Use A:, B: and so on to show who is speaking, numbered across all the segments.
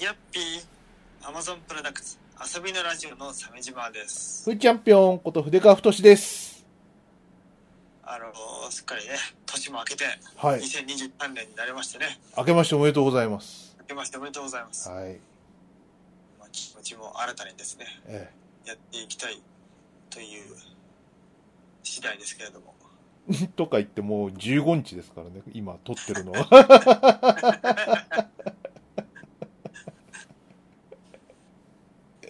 A: ヤッピー、アマゾンプロダクツ、遊びのラジオの鮫島です。
B: ふーちゃんぴょんこと筆川太志です。
A: あのー、すっかりね、年も明けて、
B: はい。
A: 2023年になりましてね、
B: 明けましておめでとうございます。
A: 明けましておめでとうございます。
B: はい。
A: まあ、気持ちも新たにですね、
B: え
A: やっていきたいという次第ですけれども。
B: え、とか言ってもう15日ですからね、今撮ってるの は。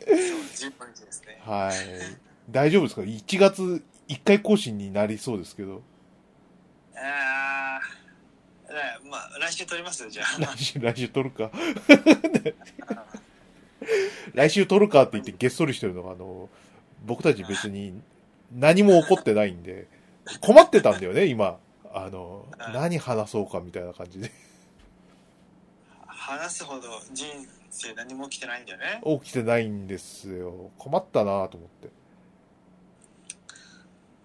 A: そう、15日ですね。
B: はい。大丈夫ですか ?1 月1回更新になりそうですけ ど。
A: あー、ねまあ、来週撮りますよ、じゃあ。
B: 来週、来週撮るか。来週撮るかって言ってげっそりしてるのが、あの、僕たち別に何も起こってないんで、困ってたんだよね、今。あの、何話そうかみたいな感じで。
A: 話すほど人生何も起きてないんだよね。
B: 起きてないんですよ。困ったなと思って。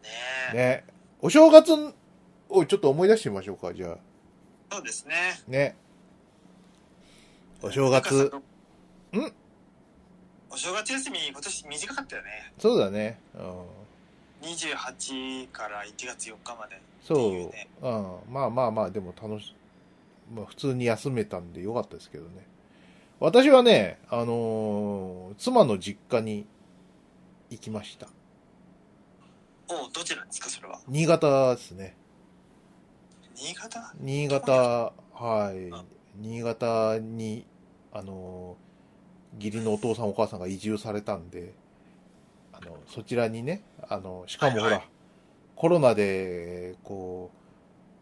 A: ねえ。
B: ね。お正月をちょっと思い出してみましょうか、じゃあ。
A: そうですね。
B: ね。お正月。ん
A: お正月休み今年短かったよね
B: そうだね。うん。
A: 28から1月4日まで
B: そう。
A: いいね
B: うん。まあまあまあ、でも楽し、まあ普通に休めたんでよかったですけどね。私はね、あのー妻の実家に行きました。
A: おうどちらですかそれは
B: 新潟ですね。
A: 新潟
B: 新潟、はい
A: あ。
B: 新潟に、あの、義理のお父さんお母さんが移住されたんで、あの、そちらにね、あの、しかもほら、
A: はいはい
B: コロナで、こ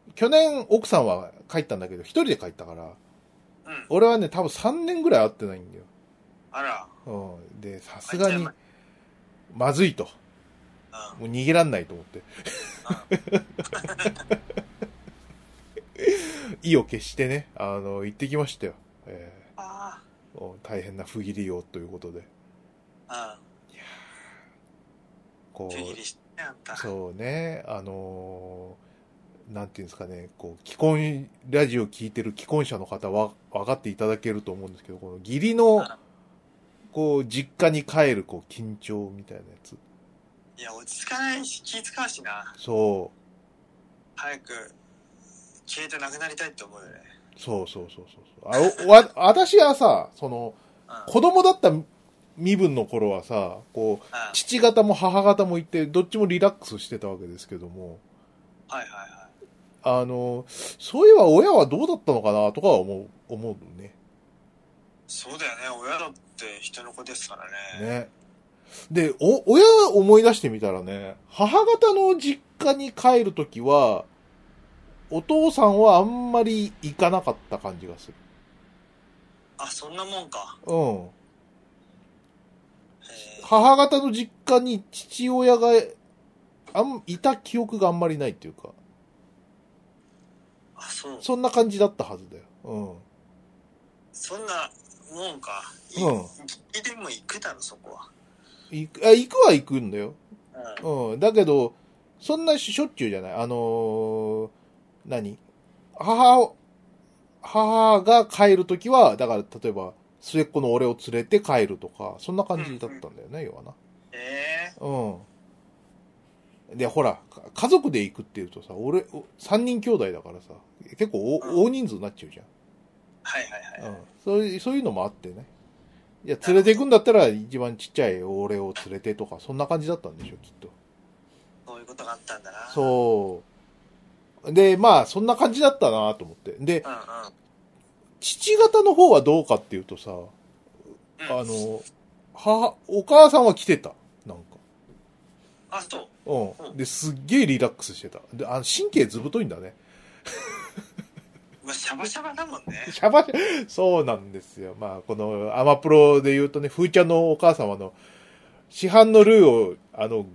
B: う、去年奥さんは帰ったんだけど、一人で帰ったから、
A: うん
B: 俺はね、多分3年ぐらい会ってないんだ
A: あら
B: よ。うん。で、さすが
A: あいつ
B: に
A: や、
B: まずいと。
A: ばい
B: もう逃げらんないと思って。意を決してね、あの、行ってきましたよ。えー
A: うんあ
B: お大変な不義理をということで。
A: あう
B: こ
A: ん手切
B: う、
A: りしてねあんた
B: そうね、あのーなんていうんですかね、こう、既婚、ラジオ聞いてる既婚者の方は分かっていただけると思うんですけど、この義理の
A: あ、
B: こう、実家に帰る、こう、緊張みたいなやつ。
A: いや落ち着かないし気使うしな
B: そ
A: 早く消えてなくなりたいって思うよね
B: う、そうそうそうそうそう。あおわ、私はさ、その、
A: うんうん
B: 子供だった身分の頃はさ、こう、
A: はい
B: 父方も母方もいて、どっちもリラックスしてたわけですけども、
A: はいは
B: あの、そういえば親はどうだったのかなとかは思う、思うね。
A: いそうだよね親だって人の子ですからね
B: ね。で、お、親は思い出してみたらね、母方の実家に帰るときは、お父さんはあんまり行かなかった感じがする。
A: あそんなもんか
B: うん。
A: へえ
B: 母方の実家に父親が、あん、いた記憶があんまりないっていうか、
A: あそう
B: そんな感じだったはずだよ。うん。
A: そんなもんか。い
B: うん
A: いでも行くだろ、そこは。
B: 行く、あ行くは行くんだよ。
A: うん。
B: うん。だけど、そんなししょっちゅうじゃない。あのー何母を、母が帰るときは、だから例えば、末っ子の俺を連れて帰るとか、そんな感じだったんだよね、要はな。
A: ええ
B: うん。で、ほら、か家族で行くっていうとさ、俺、お三人兄弟だからさ、結構お、
A: うん
B: 大人数になっちゃうじ
A: はいはい
B: ゃん。
A: はい。
B: うん。そういう、そういうのもあってね。いや、連れて行くんだったら、一番ちっちゃい俺を連れてとか、そんな感じだったんでしょ、きっと。
A: そういうことがあったんだな。う。
B: そう。で、まあ、そんな感じだったなと思って。で
A: う、んうん。
B: 父方の方はどうかっていうとさ、あ
A: うん、
B: の、母、お母さんは来てた。なんか。
A: あ、そう。
B: う。
A: うんん
B: で、すっげえリラックスしてた。で、あの、神経ずぶといんだね。
A: まあ、シャバシャバだもんね。
B: シャバシャ、 そうなんですよ。まあ、この、アマプロで言うとね、ふーちゃんのお母様の、市販のルーを、あの、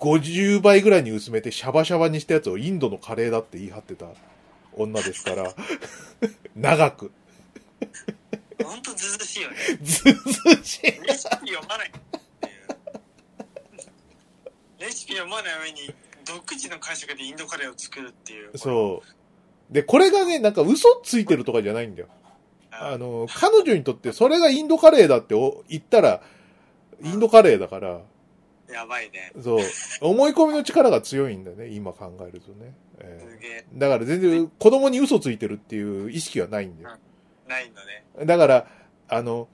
B: 50倍ぐらいに薄めてシャバシャバにしたやつをインドのカレーだって言い張ってた女ですから、 長く。
A: ほんとずうずうしいよね。
B: ずうずうしい。
A: レシピ読まないっていう。レシピ読まない上に、独自の解釈でインドカレーを作るっていう。う。
B: そう。で、これがね、なんか嘘ついてるとかじゃないんだよ。あの、彼女にとってそれがインドカレーだってお言ったら、インドカレーだから、
A: やばいね。
B: そう、思い込みの力が強いんだよね、今考えるとね。え
A: すげえ。
B: えだから全然子供に嘘ついてるっていう意識はないんだよ。
A: ないのね。
B: だから、あの、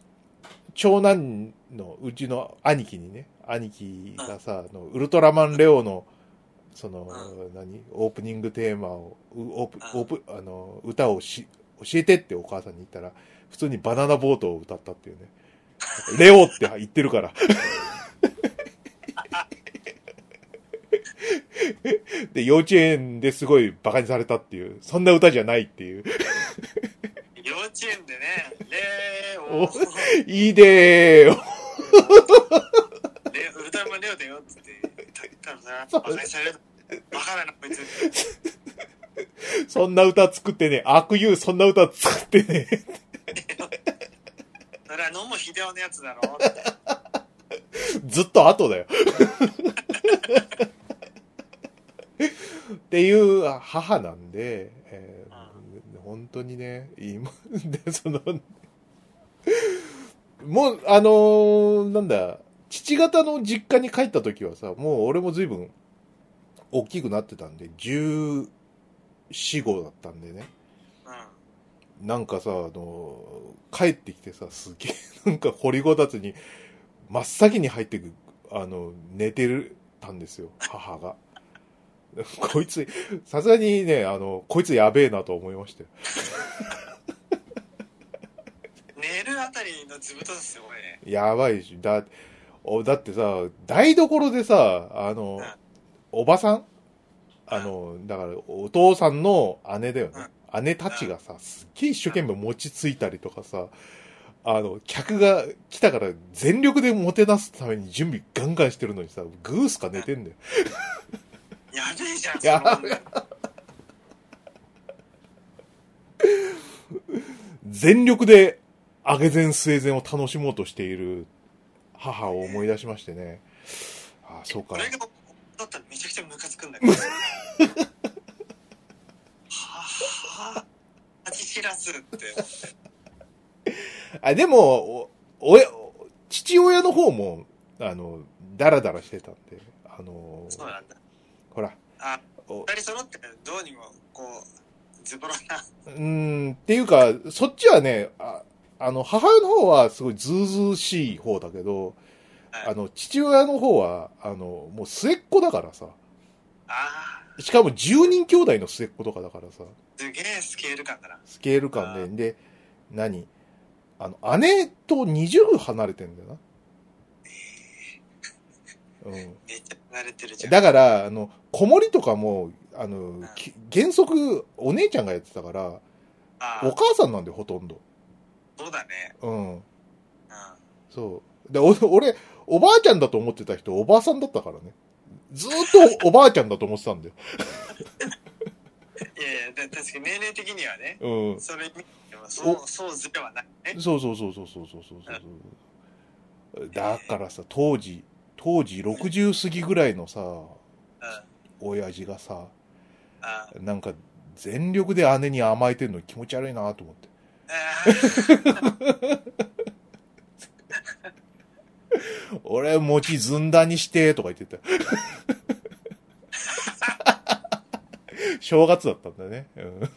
B: 長男のうちの兄貴にね、兄貴がさ、あのウルトラマンレオの、その、何オープニングテーマを、うオープ、
A: うん
B: オープ、あの、歌をし、教えてってお母さんに言ったら、普通にバナナボートを歌ったっていうね。レオって言ってるから。で、幼稚園ですごいバカにされたっていう、そんな歌じゃないっていう。
A: 幼稚園でね、レ
B: お
A: オ、
B: いいでー
A: レ
B: よ。
A: オウルトラマンレオだよっつって言ったらさ、バカにされる。バカだな、こいつ。
B: そんな歌作ってねえ、悪友そんな歌作ってねえ。
A: それは野茂秀夫のやつだろ。
B: ずっと後だよ。っていう母なんで、えー本当にね、今、で、その、もう、あのーなんだ、父方の実家に帰った時はさ、もう俺も随分大きくなってたんで、14、5だったんでね。
A: うん。
B: なんかさ、あの、帰ってきてさ、すげえ、 なんか掘りごたつに、真っ先に入ってく、あの、寝てる、たんですよ、母が。 こいつ、さすがにね、あの、こいつやべえなと思いましたよ。
A: 寝るあたりの図太さすごいね。
B: やばいし、だ、おだってさ、台所でさ、あの
A: うん、
B: おばさんあの、だから、お父さんの姉だよね。姉たちがさ、すっげえ一生懸命餅ついたりとかさ、あの、客が来たから全力でもてなすために準備ガンガンしてるのにさ、グースか寝てんだよ。
A: やべえじゃん、
B: や
A: その女
B: 全力で、揚げ膳末膳を楽しもうとしている母を思い出しましてね。ああ、そうか
A: こ。れが僕だったらめちゃくちゃムカつくんだけど。はあはあ。恥知らずって。
B: あ、でも、お、おや、父親の方も、あの、ダラダラしてたんで、あの、
A: そうなんだ。
B: ほら、
A: あ、
B: お
A: 二人揃ってどうにも、こう、ズボラな。
B: うーん、っていうか、そっちはね、ああの、母親の方はすごいズうずうしい方だけど、
A: はい
B: あの、父親の方は、あの、もう末っ子だからさ、
A: ああ、
B: しかも10人兄弟の末っ子とかだからさ、
A: すげえスケール感だな。
B: スケール感で、で、何あの、姉と20離れてんだよな。うん。
A: めっちゃ慣れてるじゃん。
B: だから、あの、子守とかも、あの、き原則、お姉ちゃんがやってたから、
A: あ
B: お
A: あ、
B: 母さんなんでほとんど。
A: そうだね。
B: うん。
A: う
B: そう。で、お俺、おばあちゃんだと思ってた人、おばあさんだったからね。ずーっとおおばあちゃんだと思ってたんだよ。
A: ん。いやいや、だ確かに年齢的にはね、
B: うん。
A: それに、でもそう、そうずれはないね。
B: そうそうそうそうそうそうそうそう。だからさ、当時、当時60過ぎぐらいのさ、
A: うん。
B: 親父がさ、
A: あー
B: なんか全力で姉に甘えてるの気持ち悪いなと思って。
A: あー、
B: 俺、餅ずんだにして、とか言って た。正月だったんだね。うん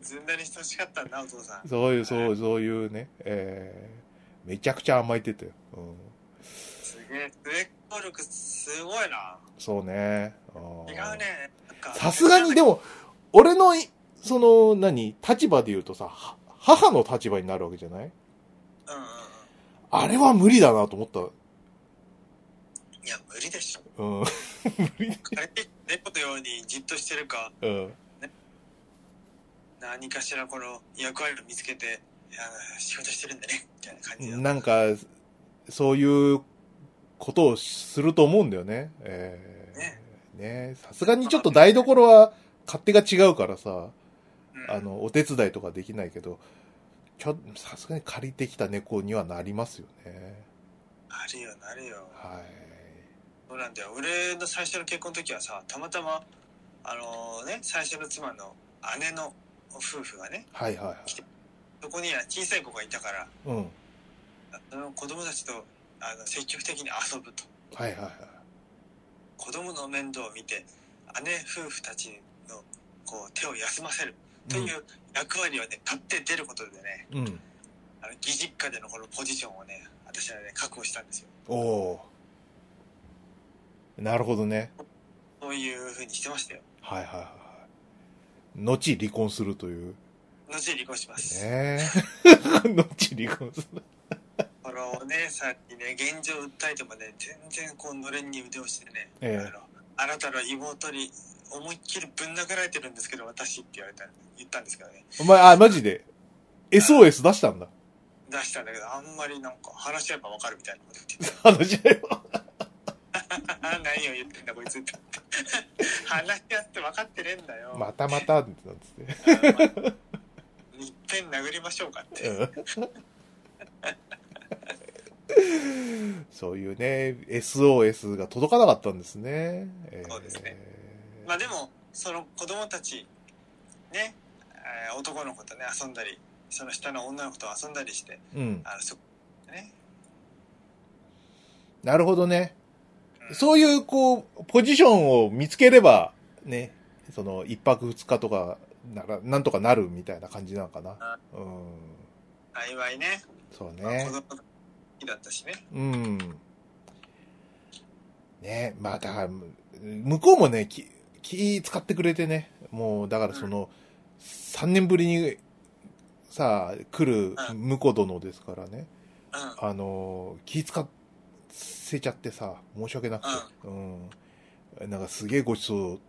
A: ずんだにしてほしかったんだ、お父さん。
B: そういう、そう、そういうね。えーめちゃくちゃ甘えてたよ。うん
A: すげえ、末っ子力すごいな。
B: そうね。うん
A: 違うね。なんか
B: さすがに、でも、俺のい、その、何、立場で言うとさ、は母の立場になるわけじゃない
A: うんうんうん。
B: あれは無理だなと思った。
A: いや、無理でしょ。
B: うん。
A: あれ、猫のようにじっとしてるか、
B: うん。
A: 何かしらこの役割を見つけて、いや仕事してるんだね、みたいな感じだ。
B: なんか、そういうことをすると思うんだよね。えーねさすがにちょっと台所は勝手が違うからさ、
A: うん
B: あの、お手伝いとかできないけど、ちょ、さすがに借りてきた猫にはなりますよね。
A: あるよ、なるよ。
B: は
A: そうなんだよ。俺の最初の結婚の時はさ、たまたま、あのね、最初の妻の姉の夫婦がね、
B: い。はいはいはい。
A: そこには小さい子がいたから、
B: うん。はい
A: あその子供たちとあの積極的に遊ぶと。
B: はいはい。
A: 子供の面倒を見て、姉夫婦たちのこう手を休ませるという役割はね、立って出ることでね、
B: うん。うん。
A: あの義実家でのこのポジションをね、私はね、確保したんですよ。
B: おおー。なるほどね。
A: そういうふうにしてましたよ。
B: はいはいはい。後離婚するという。
A: 後に離婚します。
B: ねえ。後離婚する。
A: このお姉さんにね、現状を訴えてもね、全然こう、のれんに腕をしてね、
B: ええ
A: あの、あなたの妹に思いっきりぶん殴られてるんですけど、私って言われた、言ったんですけどね、
B: お前、あ、マジで。SOS 出したんだ。
A: 出したんだけど、あんまりなんか話し合えばわかるみたいなこと言って、
B: 話し合いは。
A: 何を言ってんだこいつって。 話し合って分かってねえん だよ。
B: またまた、なんつって。
A: あのいっぺん殴りましょうかって。
B: うんそういうね、SOS が届かなかったんですね。えー
A: そうですねまあでも、その子供たち、ね、えー男の子とね、遊んだり、その下の女の子と遊んだりして、
B: うん。
A: あの、そ、ね、
B: なるほどね。
A: うん
B: そういう、こう、ポジションを見つければ、ね、その、一泊二日とか、なら、なんとかなるみたいな感じなのかな。うん。
A: 幸いね、
B: そう
A: まあ
B: ね
A: 子。供の時だったしね。
B: うん。ね、まあ、だから、む向こうもね、気、気使ってくれてね、もう、だからその、3年ぶりに、さあ、来る、婿殿ですからね。
A: うん、うん、
B: あのー気使せちゃってさ、申し訳なくて、うん。なんかすげえごちそう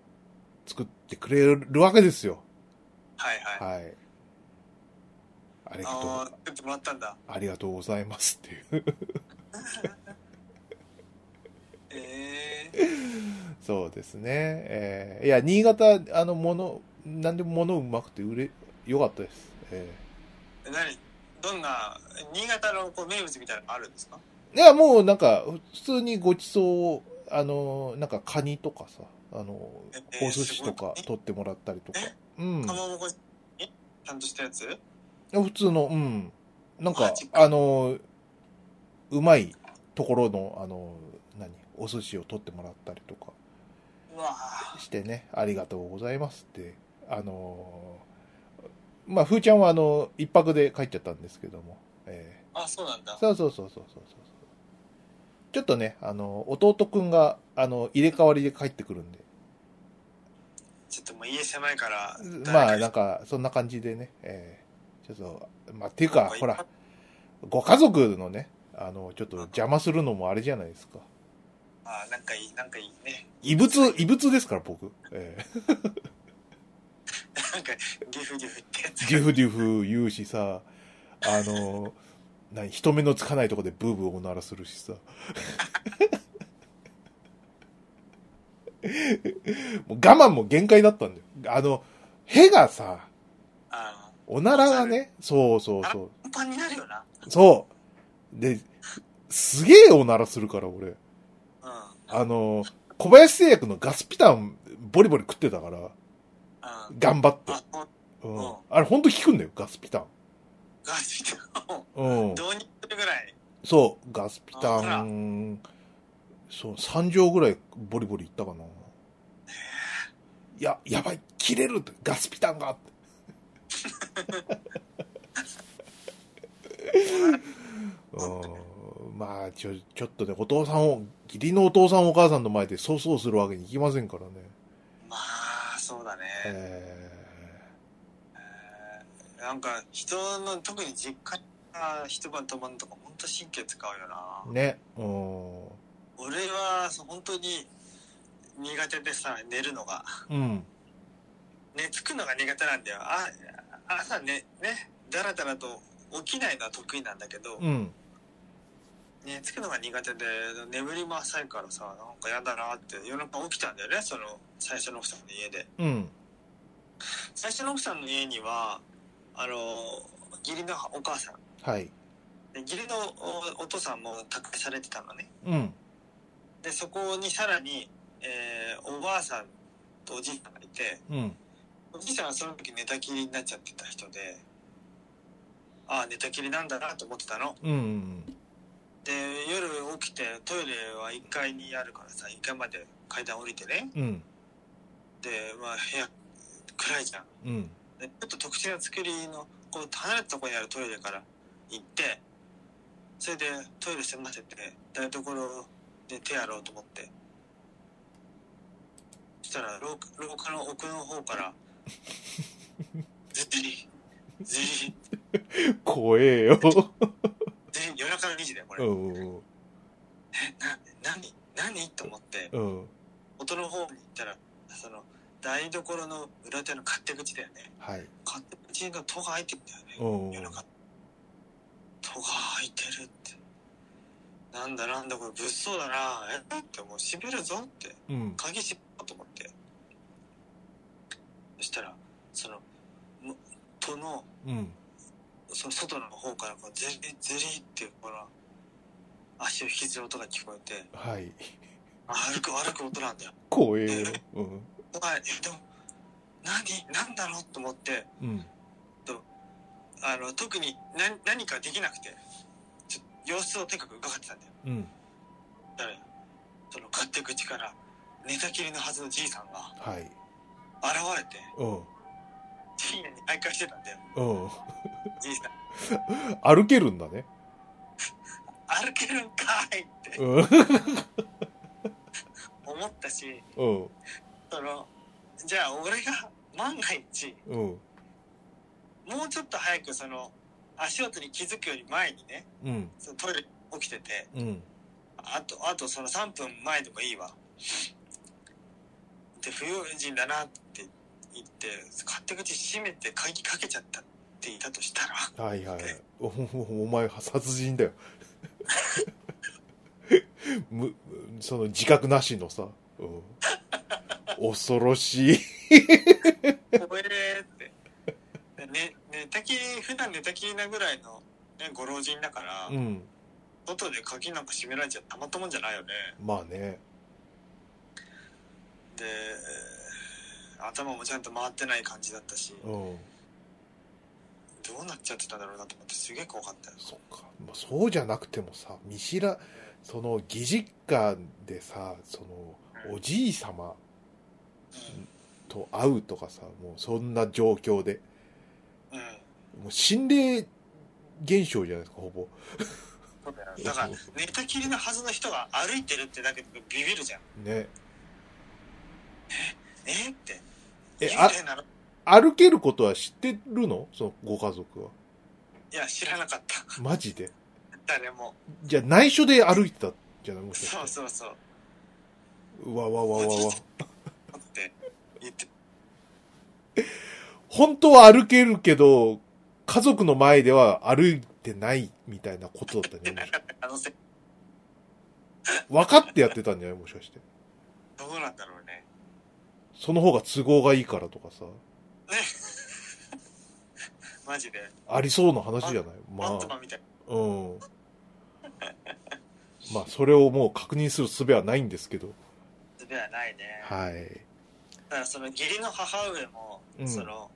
B: 作ってくれるわけですよ。
A: はいはい。
B: はい。ありが
A: ああ、
B: とう、
A: 作ってもらったんだ。
B: ありがとうございますっていう。
A: ええ
B: そうですね。えーいや、新潟、あの、もの、なんでも物うまくて売れ、良かったです。え
A: 何どんな、新潟のこう名物みたいなのあるんですか
B: ーいや、もうなんか、普通にごちそう、あのー、なんかカニとかさ、あのー、
A: えー
B: お寿司とか
A: すごい
B: 取ってもらったりとか
A: え。
B: うん。
A: かまぼこ、えちゃんとしたやつ
B: いや普通の、うん。な
A: マ
B: んか
A: ジ、か
B: あの、うまいところの、あの、何、お寿司を取ってもらったりとか
A: うわあ
B: してね、ありがとうございますって、あの、まあ、ふーちゃんは、あの、一泊で帰っちゃったんですけども、え
A: あ、そうなん
B: ー
A: だ。
B: そうそうそうそうそうそう。ちょっとね、あの、弟くんが、あの、入れ替わりで帰ってくるんで、
A: ちょっともう家狭いから、
B: まあ、
A: 誰
B: な
A: か
B: んか、そんな感じでね、えーちょっと、まあ、っていうか、
A: なんかいっ
B: ほ
A: ぱい
B: ら、ご家族のね、あの、ちょっと邪魔するのもあれじゃないですか。
A: あなんかいい、なんかいいね。
B: 異物、異物ですから、僕。ええ
A: なんか、ギフギフってやつ。
B: デュフデュフ言うしさ、あの、何、人目のつかないとこでブーブーおならするしさ。 もう我慢も限界だったんだよ。あの、へがさ、
A: あ
B: おならがね、そうそうそう。
A: パンパンになるよな。
B: そう。で、すげえおならするから、俺。
A: うん。
B: あの、小林製薬のガスピタン、ボリボリ食ってたから、
A: うん。
B: 頑張って。
A: あ、もう
B: うん
A: うん
B: あれ、ほんと効くんだよ、ガスピタン。
A: ガスピタンを
B: うん。
A: どうにするぐらい。
B: そう、ガスピ
A: あ
B: タ
A: ほら
B: ン、そう、3錠ぐらいボリボリいったかな。いや、やばい、切れるってガスピタンがってうんまあ、ちょ、ちょっとね、お父さんを、義理のお父さんお母さんの前でそうそうするわけにいきませんからね。
A: まあ、そうだね。
B: え
A: えーなんか、人の、特に実家が一晩泊まるとか、ほんと神経使うよな。
B: ーね、うん。
A: 俺は、そう本当に苦手でさ、寝るのが。
B: うん。
A: 寝つくのが苦手なんだよ。あ、朝ね、ね、だらだらと起きないのは得意なんだけど、
B: うん。
A: 寝つくのが苦手で、眠りも浅いからさ、なんかやだなって、夜中起きたんだよね、その、最初の奥さんの家で。
B: うん。
A: 最初の奥さんの家には、あの、義理のお母さん、
B: はい。
A: で義理のおお父さんも宅配されてたのね。
B: うん。
A: で、そこにさらに、えーおばあさんとおじいさんがいて、
B: うん。
A: おじいさんはその時寝たきりになっちゃってた人で、ああ寝たきりなんだなと思ってたの
B: うんうん
A: で夜起きてトイレは1階にあるからさ1階まで階段降りてね
B: うん
A: でまあ部屋暗いじゃん
B: うん
A: でちょっと特殊な作りのこう離れたところにあるトイレから行ってそれでトイレ済ませて台所で手洗おうと思ってそしたら廊下廊下の奥の方からずりずり
B: 怖えよ。
A: ずり夜中の2時だよこ
B: う
A: れ、
B: んうん
A: えな何何と思って
B: うん。
A: 音の方に行ったらその台所の裏手の勝手口だよね
B: はい。
A: 勝手口の戸が開いてんだよね
B: うんうん。
A: 夜中戸が開いてるってなんだなんだこれ物騒だなえってもう閉めるぞって
B: うん。
A: 鍵閉めようと思ってそしたらそのも戸の
B: うん。
A: その外の方からこうズリズリっていうこの足を引きずる音が聞こえて
B: はい。
A: あ歩く歩く音なんだよ
B: 怖えよ。うん。
A: お前えでも何何だろうと思って
B: うん。
A: あの特に何何かできなくてちょ様子をとにかく伺ってたんだよ
B: うん。
A: だからその勝手口から寝たきりのはずのじいさんが
B: はい。
A: 現れて
B: うん。
A: 深夜に徘徊してたんだよ
B: うん。
A: じいさん
B: 歩けるんだね。
A: 歩けるんかいって
B: うん。
A: 思ったし
B: うん。
A: そのじゃあ俺が万が一
B: うん。
A: もうちょっと早くその足音に気づくより前にね
B: うん。
A: そのトイレ起きてて
B: うん。
A: あとあとその3分前でもいいわで不用心だなって言って勝手口閉めて鍵かけちゃったっていたとしたら
B: はいはい。おおお前、殺人だよ。 む、その自覚なしのさ。うん。恐ろしい。
A: 怖えって。でね、寝たきり、普段寝たきりなぐらいの、ね、ご老人だから、
B: うん。
A: 外で鍵なんか閉められちゃたまったもんじゃないよね。
B: まあね。
A: で、頭もちゃんと回ってない感じだったし、
B: うん。
A: どうなっちゃってたんだろうなと思ってすげえ怖かったよ。
B: そっか、まあ、そうじゃなくてもさ見知らその義実家でさそのおじい様と会うとかさもうそんな状況で
A: うん。うん。
B: もう心霊現象じゃないですかほぼ
A: そうだよだから、寝たきりのはずの人が歩いてるってだけでビビるじゃん。
B: ね
A: えーって。
B: え
A: 幽
B: あ
A: 霊なの
B: 歩けることは知ってるのそのご家族はい
A: や、知らなかった。
B: マジで
A: 誰も。
B: じゃあ内緒で歩いてたんじゃないもし
A: そ
B: か
A: う
B: して
A: そうそう。
B: うわわわわわ
A: って言って、
B: 本当は歩けるけど家族の前では歩いてないみたいなことだったねもしかして
A: あのせ、
B: 分かってやってたんじゃないもしかして。
A: どうなんだろうね。
B: その方が都合がいいからとかさ。
A: マジで。
B: ありそうな話じゃないま
A: アント
B: あ
A: マ、ンみたい。
B: うん。まあ、それをもう確認する術はないんですけど。
A: ではないね。
B: はい。
A: だからその義理の母上も、
B: うん
A: その、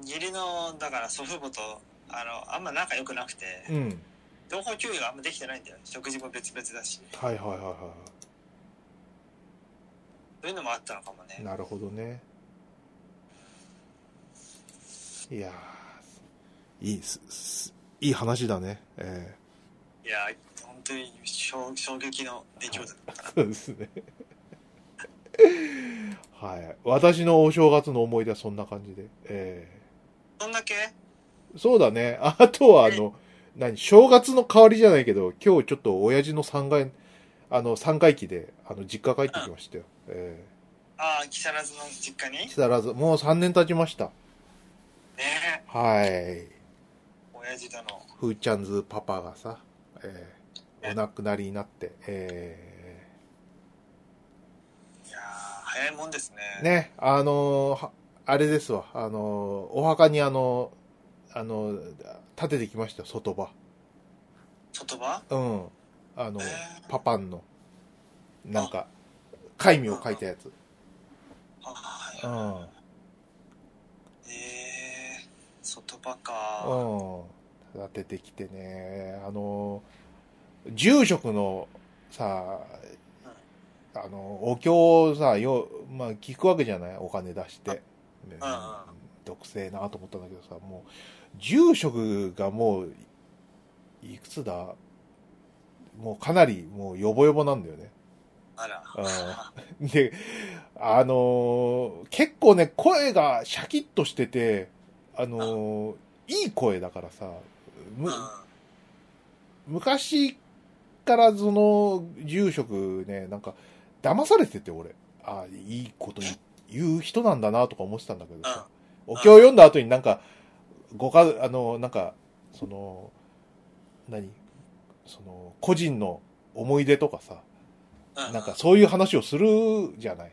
A: 義理の、だから祖父母と、あの、あんま仲良くなくて、
B: うん。
A: 情報共有があんまできてないんだよ。食事も別々だし。
B: はいはいはいは
A: そういうのもあったのかも
B: い。
A: ね。
B: なるほどね。いやー、いいす、すいい話だね。え
A: いや、本当に衝衝撃の出来事だったか
B: えそうですね。はい。私のお正月の思い出はそんな感じで。ええ
A: ら。そんだけ
B: そうだね。 あとは、あの、何、正月の代わりじゃないけど、今日ちょっと親父の三階、あの、三回忌で、あの、実家帰ってきましたよ。え
A: ああ、木更津の実家に
B: え木更津、もう3年経ちました。
A: ねえ、
B: はい。
A: 親父だの。
B: ふーちゃんずパパがさ、ええお亡くなりになって、え
A: いやー早いもんですね。
B: えね、あのはあれですわ、あのお墓にあのあの建ててきましたよ、外場。
A: 外場
B: うん。あの
A: え、ー
B: パパンの、なんか、戒名を書いたやつ。
A: あー
B: うん。
A: ええ外場か。
B: うん。が出てきてね、あの、住職のさ、あの、お経をさ、よ、まあ、聞くわけじゃないお金出して。ね
A: うんうん
B: 毒性なと思ったんだけどさ、もう、住職がもう、いくつだもうかなり、もう、よぼよぼなんだよね。
A: あら。
B: あで、あのー結構ね、声がシャキッとしてて、あのーいい声だからさ、
A: うん
B: む、昔からその住職ね、なんか、騙されてて俺、ああ、いいこと言う言う人なんだなとか思ってたんだけどさ、お経を読んだ後になんか、ごか、あの、なんか、その、何その、個人の思い出とかさ、
A: うん。
B: なんかそういう話をするじゃない。
A: うん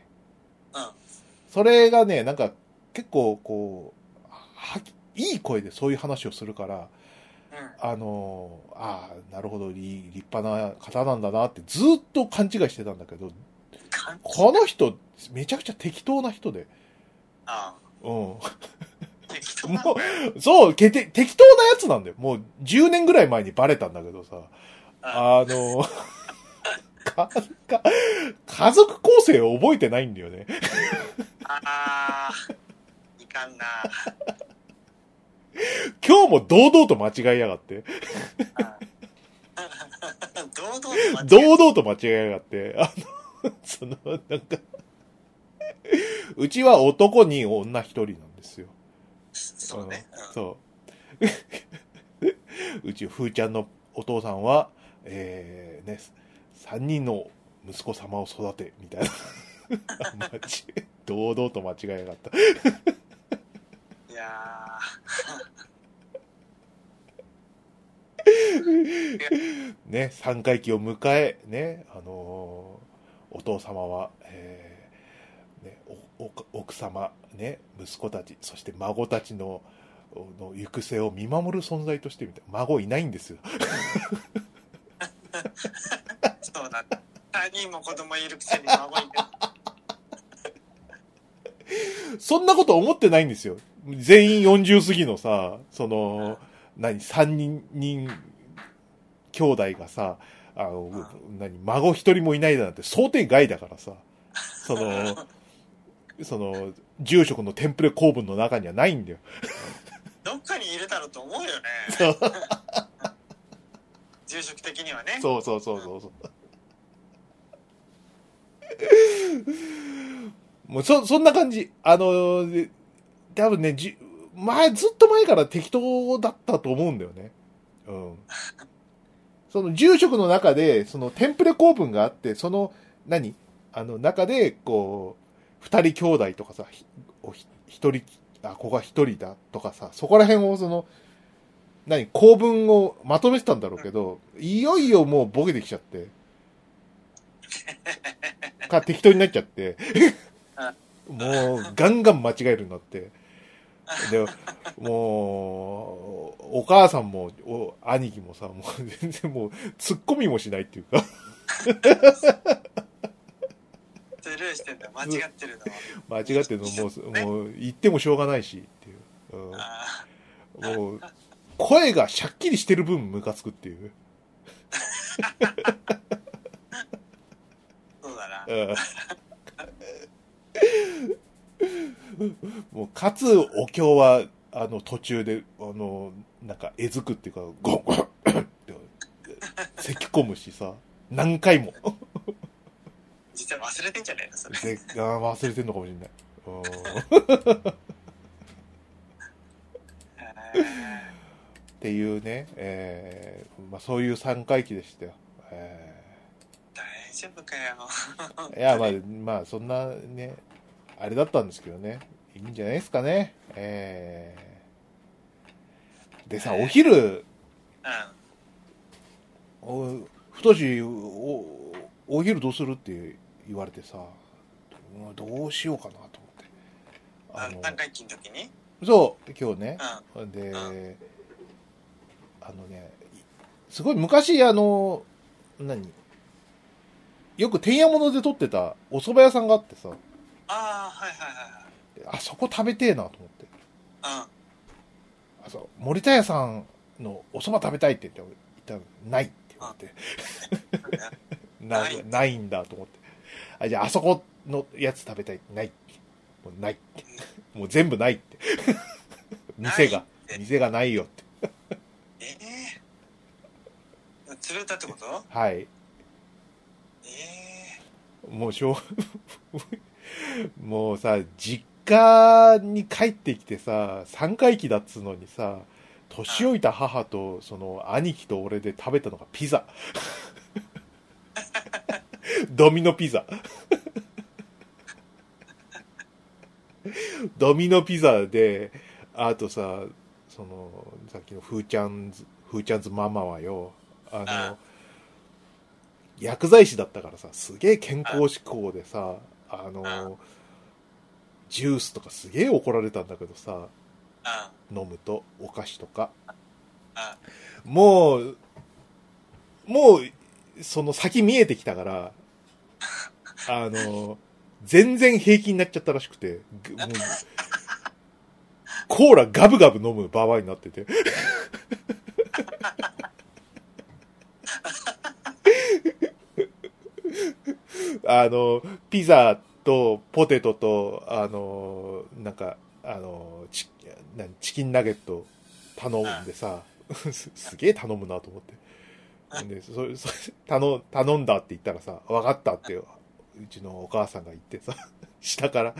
B: それがね、なんか結構こう、はきいい声でそういう話をするから、
A: うん。
B: あのーああ、なるほど、り立派な方なんだなってずっと勘違いしてたんだけど、
A: 感じ
B: この人、めちゃくちゃ適当な人で、
A: あ
B: うん。
A: あ適当な
B: もう、そう、けて、適当なやつなんだよ。もう10年ぐらい前にバレたんだけどさ、
A: あ
B: あの、か、か、家族構成を覚えてないんだよね。
A: あーいかんな
B: 今日も堂々と間違いやがって。
A: 堂々と間違え
B: 堂々と間違いやがって。あの、 その、なんか、うちは男に女一人なんですよ。
A: そうね、
B: うんそう。う ち、ふーちゃんのお父さんは、えー、ね、3人の息子様を育て、みたいな。 間違え堂々と間違いやがった。
A: うんいや
B: ね、三回忌を迎え、ね、あのーお父様は、えーね、おお奥様、ね、息子たち、そして孫たちのの行く末を見守る存在としてみたい孫いないんですよ。
A: ーそうだ3人も子供いるくせに孫 いて
B: そんなこと思ってないんですよ。全員40過ぎのさ、その、何、3人、人、兄弟がさ、あの、何、孫一人もいないだなんて想定外だからさ、その、その、住職のテンプレ公文の中にはないんだよ。
A: どっかにいるだろうと思うよね
B: そう
A: 住職的にはね
B: そうそうそうそうそう。もうそ、そんな感じ。あの、で多分ね、じ前、ずっと前から適当だったと思うんだよね。うん。その住職の中で、そのテンプレ公文があって、その、何あの中で、こう、二人兄弟とかさ、ひおひ一人、あ、ここは一人だとかさ、そこら辺をその、何公文をまとめてたんだろうけど、いよいよもうボケてきちゃ って。か、適当になっちゃって。もう、ガンガン間違えるようになって。で、もう、お母さんも、お兄貴もさ、もう全然もう、突っ込みもしないっていうか、
A: スルーしてんだ間違ってるのは
B: 間違ってるのもう、もう、言ってもしょうがないし、っていう。
A: あ
B: うん、もう、声がシャッキリしてる分ムカつくっていう。
A: ーそうだな
B: もう、かつ、お経は、あの、途中で、あの、なんか、えずくっていうか、ゴンゴンって、咳き込むしさ、何回も。
A: 実は忘れてんじゃねえのそれ
B: で、あー忘れてんのかもしれない。うん
A: え
B: っていうね、えーまあ、そういう三回忌でしたよ。え
A: ー大丈夫かよ
B: ーいや、まあ、まあ、そんなね、あれだったんですけどね、いいんじゃないですかね。えーでさ、お昼、
A: う
B: お太しお、お昼どうするって言われてさ、うんどうしようかなと思って
A: ん。
B: あ
A: 何回忌の時に
B: の、そう、今日ね
A: う、ん
B: で、
A: う
B: あのね、すごい昔、あの、何よく天屋物で撮ってたお蕎麦屋さんがあってさ、
A: ああーはいは
B: あそこ食べてえなと思って。
A: いはいはいうん
B: あそう森田屋さんのお蕎麦食べたいって言って言ったらないって言われてな
A: ない
B: ないんだと思ってあじゃああそこのやつ食べたいないもうな いってもう全部ないって店が
A: ないって
B: 店がないよって
A: ええ釣れたってこと
B: はい
A: ええ
B: もうしょう もうさ実家に帰ってきてさ三回忌だっつうのにさ年老いた母とその兄貴と俺で食べたのがピザ ドミノピザ ドミノピザであとさそのさっきのフーちゃんズフーちゃんズママはよあの
A: あ
B: 薬剤師だったからさすげえ健康志向でさあの
A: あ
B: ジュースとかすげえ怒られたんだけどさ
A: あ
B: 飲むとお菓子とか
A: あ
B: もうもうその先見えてきたからあの全然平気になっちゃったらしくてぐもうコーラガブガブ飲むババアになっててあのピザとポテトとあのなんかあのチ何チキンナゲット頼んでさ すすげえ頼むなと思ってでそれそれ頼頼んだって言ったらさ分かったってうちのお母さんが言ってさ下から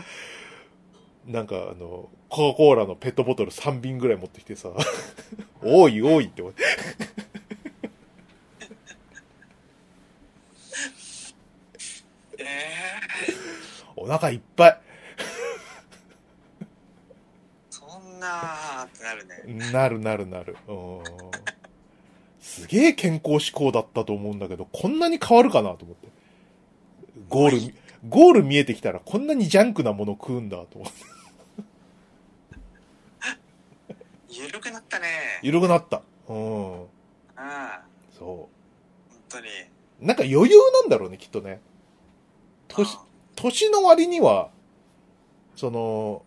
B: なんかあのコカ・コーラのペットボトル3瓶ぐらい持ってきてさ 「多い多い」って思って
A: ええ
B: お腹いっぱい
A: そんなーってなるね
B: なるなるなる。うーんすげえ健康志向だったと思うんだけど、こんなに変わるかなと思って。ゴール、ゴール見えてきたらこんなにジャンクなもの食うんだと思って。
A: ゆるくなったね
B: 緩くなった。うん。
A: ああ
B: そ
A: 本当に
B: う。なんか余裕なんだろうね、きっとね。年、年の割には、その、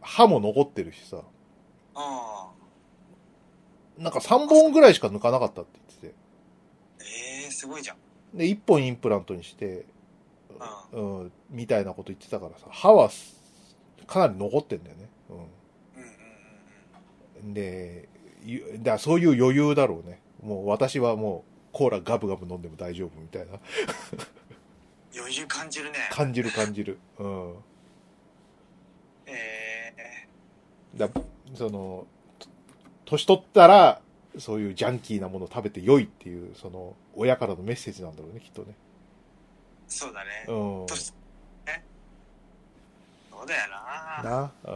B: 歯も残ってるしさ。
A: うんうん
B: なんか3本ぐらいしか抜かなかったって言ってて。
A: ええすごいじゃん
B: で、1本インプラントにして、
A: うん
B: うん、みたいなこと言ってたからさ、歯はすかなり残ってんだよね。
A: うんうんうん
B: うん。で、ゆだそういう余裕だろうね。もう私はもうコーラガブガブ飲んでも大丈夫みたいな。
A: うん余裕感じるね
B: 感じる感じる。うん。
A: ええ
B: だその、と年取ったら、そういうジャンキーなものを食べて良いっていう、その、親からのメッセージなんだろうね、きっとね。
A: そうだね
B: うん。
A: 年ねそうだよな
B: な。う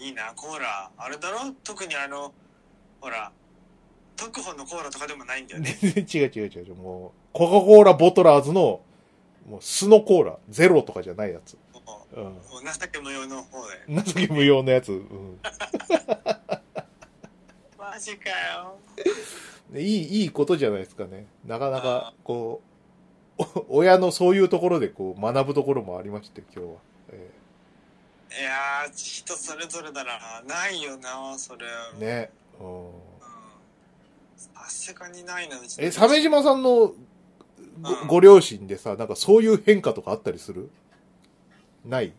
B: ん。
A: いいなコーラあれだろ特にあのほら特保のコーラとかでもないんだよね
B: 全然違う違う違う違う。もう、コカ・コーラボトラーズの、もう酢のコーラ、ゼロとかじゃないやつ。
A: も
B: うん。
A: うお情け無用の方で
B: 情け無用のやつ。うん。
A: マジかよ
B: でいい、いいことじゃないですかね。なかなか、こう、お親のそういうところでこう学ぶところもありまして、今日は。え
A: いやー人それぞれだなないよなそれ
B: ーね。うん。
A: うんさすがにないなうち
B: え、鮫島さんのご
A: うん
B: ご両親でさ、なんかそういう変化とかあったりするない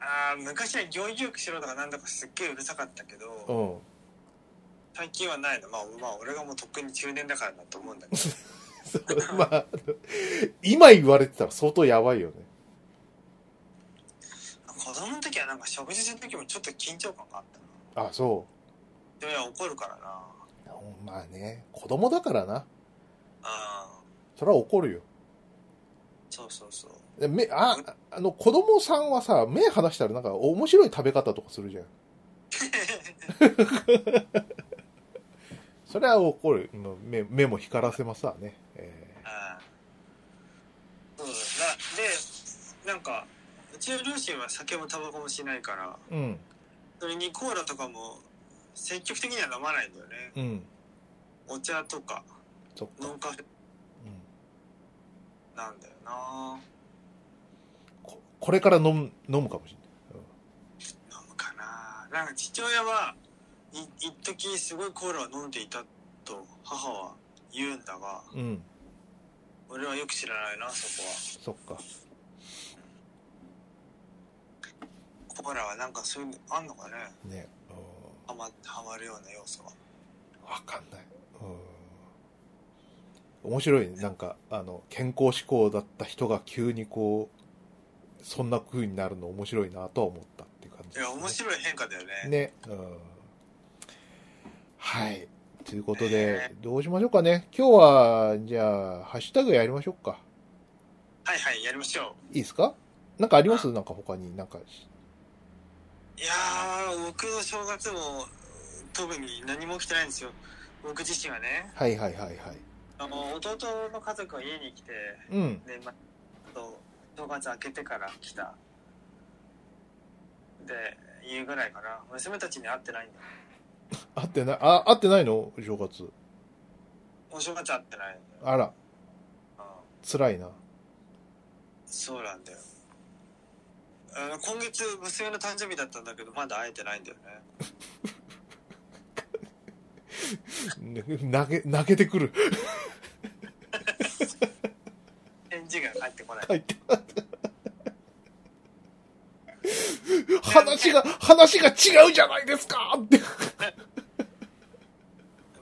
A: あー昔は行儀よくしろとかなんだかすっげえうるさかったけど、
B: うん。
A: 最近はないのまあ、まあ、俺がもうとっくに中年だからだと思うんだけど
B: そうまあ、今言われてたら相当やばいよね。
A: 子供の時はなんか食事する時もちょっと緊張感があったな
B: あ、そう。
A: でもいや怒るからな
B: まあね、子供だからな。
A: ああ
B: それは怒るよ。
A: そうそうそう
B: で目、あ、あの、子供さんはさ、目離したらなんか面白い食べ方とかする じゃん。それは怒る。うん目、目も光らせますわね。え
A: ああそうだなでなんかうちの両親は酒もタバコもしないから
B: ーうん、
A: それにコーラとかも積極的には飲まないんだよね
B: うん。
A: お茶とか
B: そっか。う
A: ノ
B: ん
A: ンカフェなんだよな
B: ここれから飲む、飲むかもしれ
A: 飲むかななんか父親はい一時すごいコーラを飲んでいたと母は言うんだが
B: うん。
A: 俺はよく知らないなそこは
B: そっか。
A: コーラはなんかそういうのあんのかね
B: ね。うん
A: ハマハマるような要素は
B: わかんない。うん。面白いね。なんか、あの、健康志向だった人が急にこう、そんな風になるの面白いなとは思ったっていう感じ
A: いや面
B: い。
A: 白い変化だよね
B: ね。うん。はい。ということで
A: ね、
B: どうしましょうかね。今日は、じゃあ、ハッシュタグやりましょうか。
A: はいはいやりましょ
B: いいですかなんかありますなんか他になんか。
A: ういやー僕の正月も特に何も起きてないんですよ僕自身はね
B: はいはいはいはい。
A: あの弟の家族が家に来て
B: うん。
A: 年末と正月明けてから来たで言うぐらいかな娘たちに会ってないんだよ
B: 合ってない、あ、合ってないのお正月。
A: お正月会ってないんだよ
B: あら、
A: うん
B: 辛いな。
A: そうなんだよあの今月娘の誕生日だったんだけどまだ会えてないんだよね
B: ね投げ、投げてくる。
A: 返事が返ってこない
B: 書いてあった 話が、話が違うじゃないですかって。
A: ま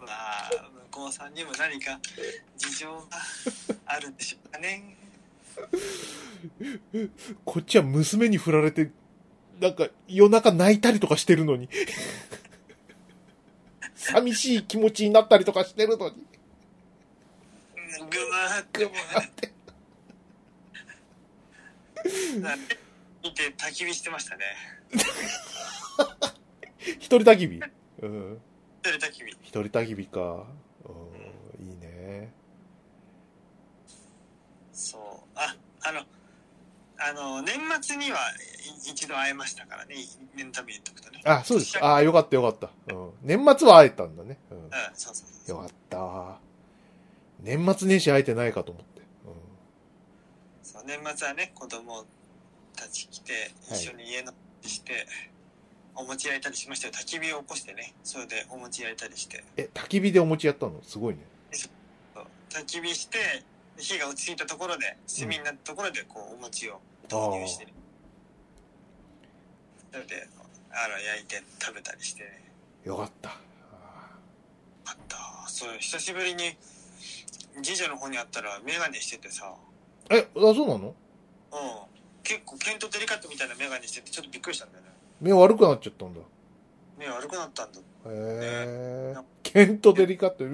A: あ向こうさんにも何か事情があるんでしょうかね
B: こっちは娘に振られて、なんか夜中泣いたりとかしてるのに。寂しい気持ちになったりとかしてるのに。
A: うんぐまーってもうね見て焚き火してましたね
B: 一人焚き火。うん。
A: 一人焚き火
B: 一人焚き火か。うん、いいね。
A: そうああのあの年末にはい一度会えましたからね念のために言っとくとね
B: あ、そうです。ああ、よかったよかった。うん。年末は会えたんだね。うん
A: うんそうそうそう
B: よかった。年末年始会えてないかと思って。
A: そう年末はね子供たち来て
B: はい
A: 一緒に家のして、お餅焼いたりしましたよ焚き火を起こしてねそれでお餅焼いたりして
B: え、焚き火でお餅やったのすごいね。
A: そう焚き火して火が落ち着いたところで炭になったところでこうお餅を投入してねそれであの焼いて食べたりしてね
B: よかった。あ
A: あったそう久しぶりに次女の方に会ったら眼鏡しててさ
B: ーえ、あ、そうなの
A: うん結構ケントデリカットみたいな眼鏡しててちょっとびっくりしたんだよね
B: 目悪くなっちゃったんだ。
A: 目悪くなったんだ
B: へえ
A: ね。
B: ケントデリカット。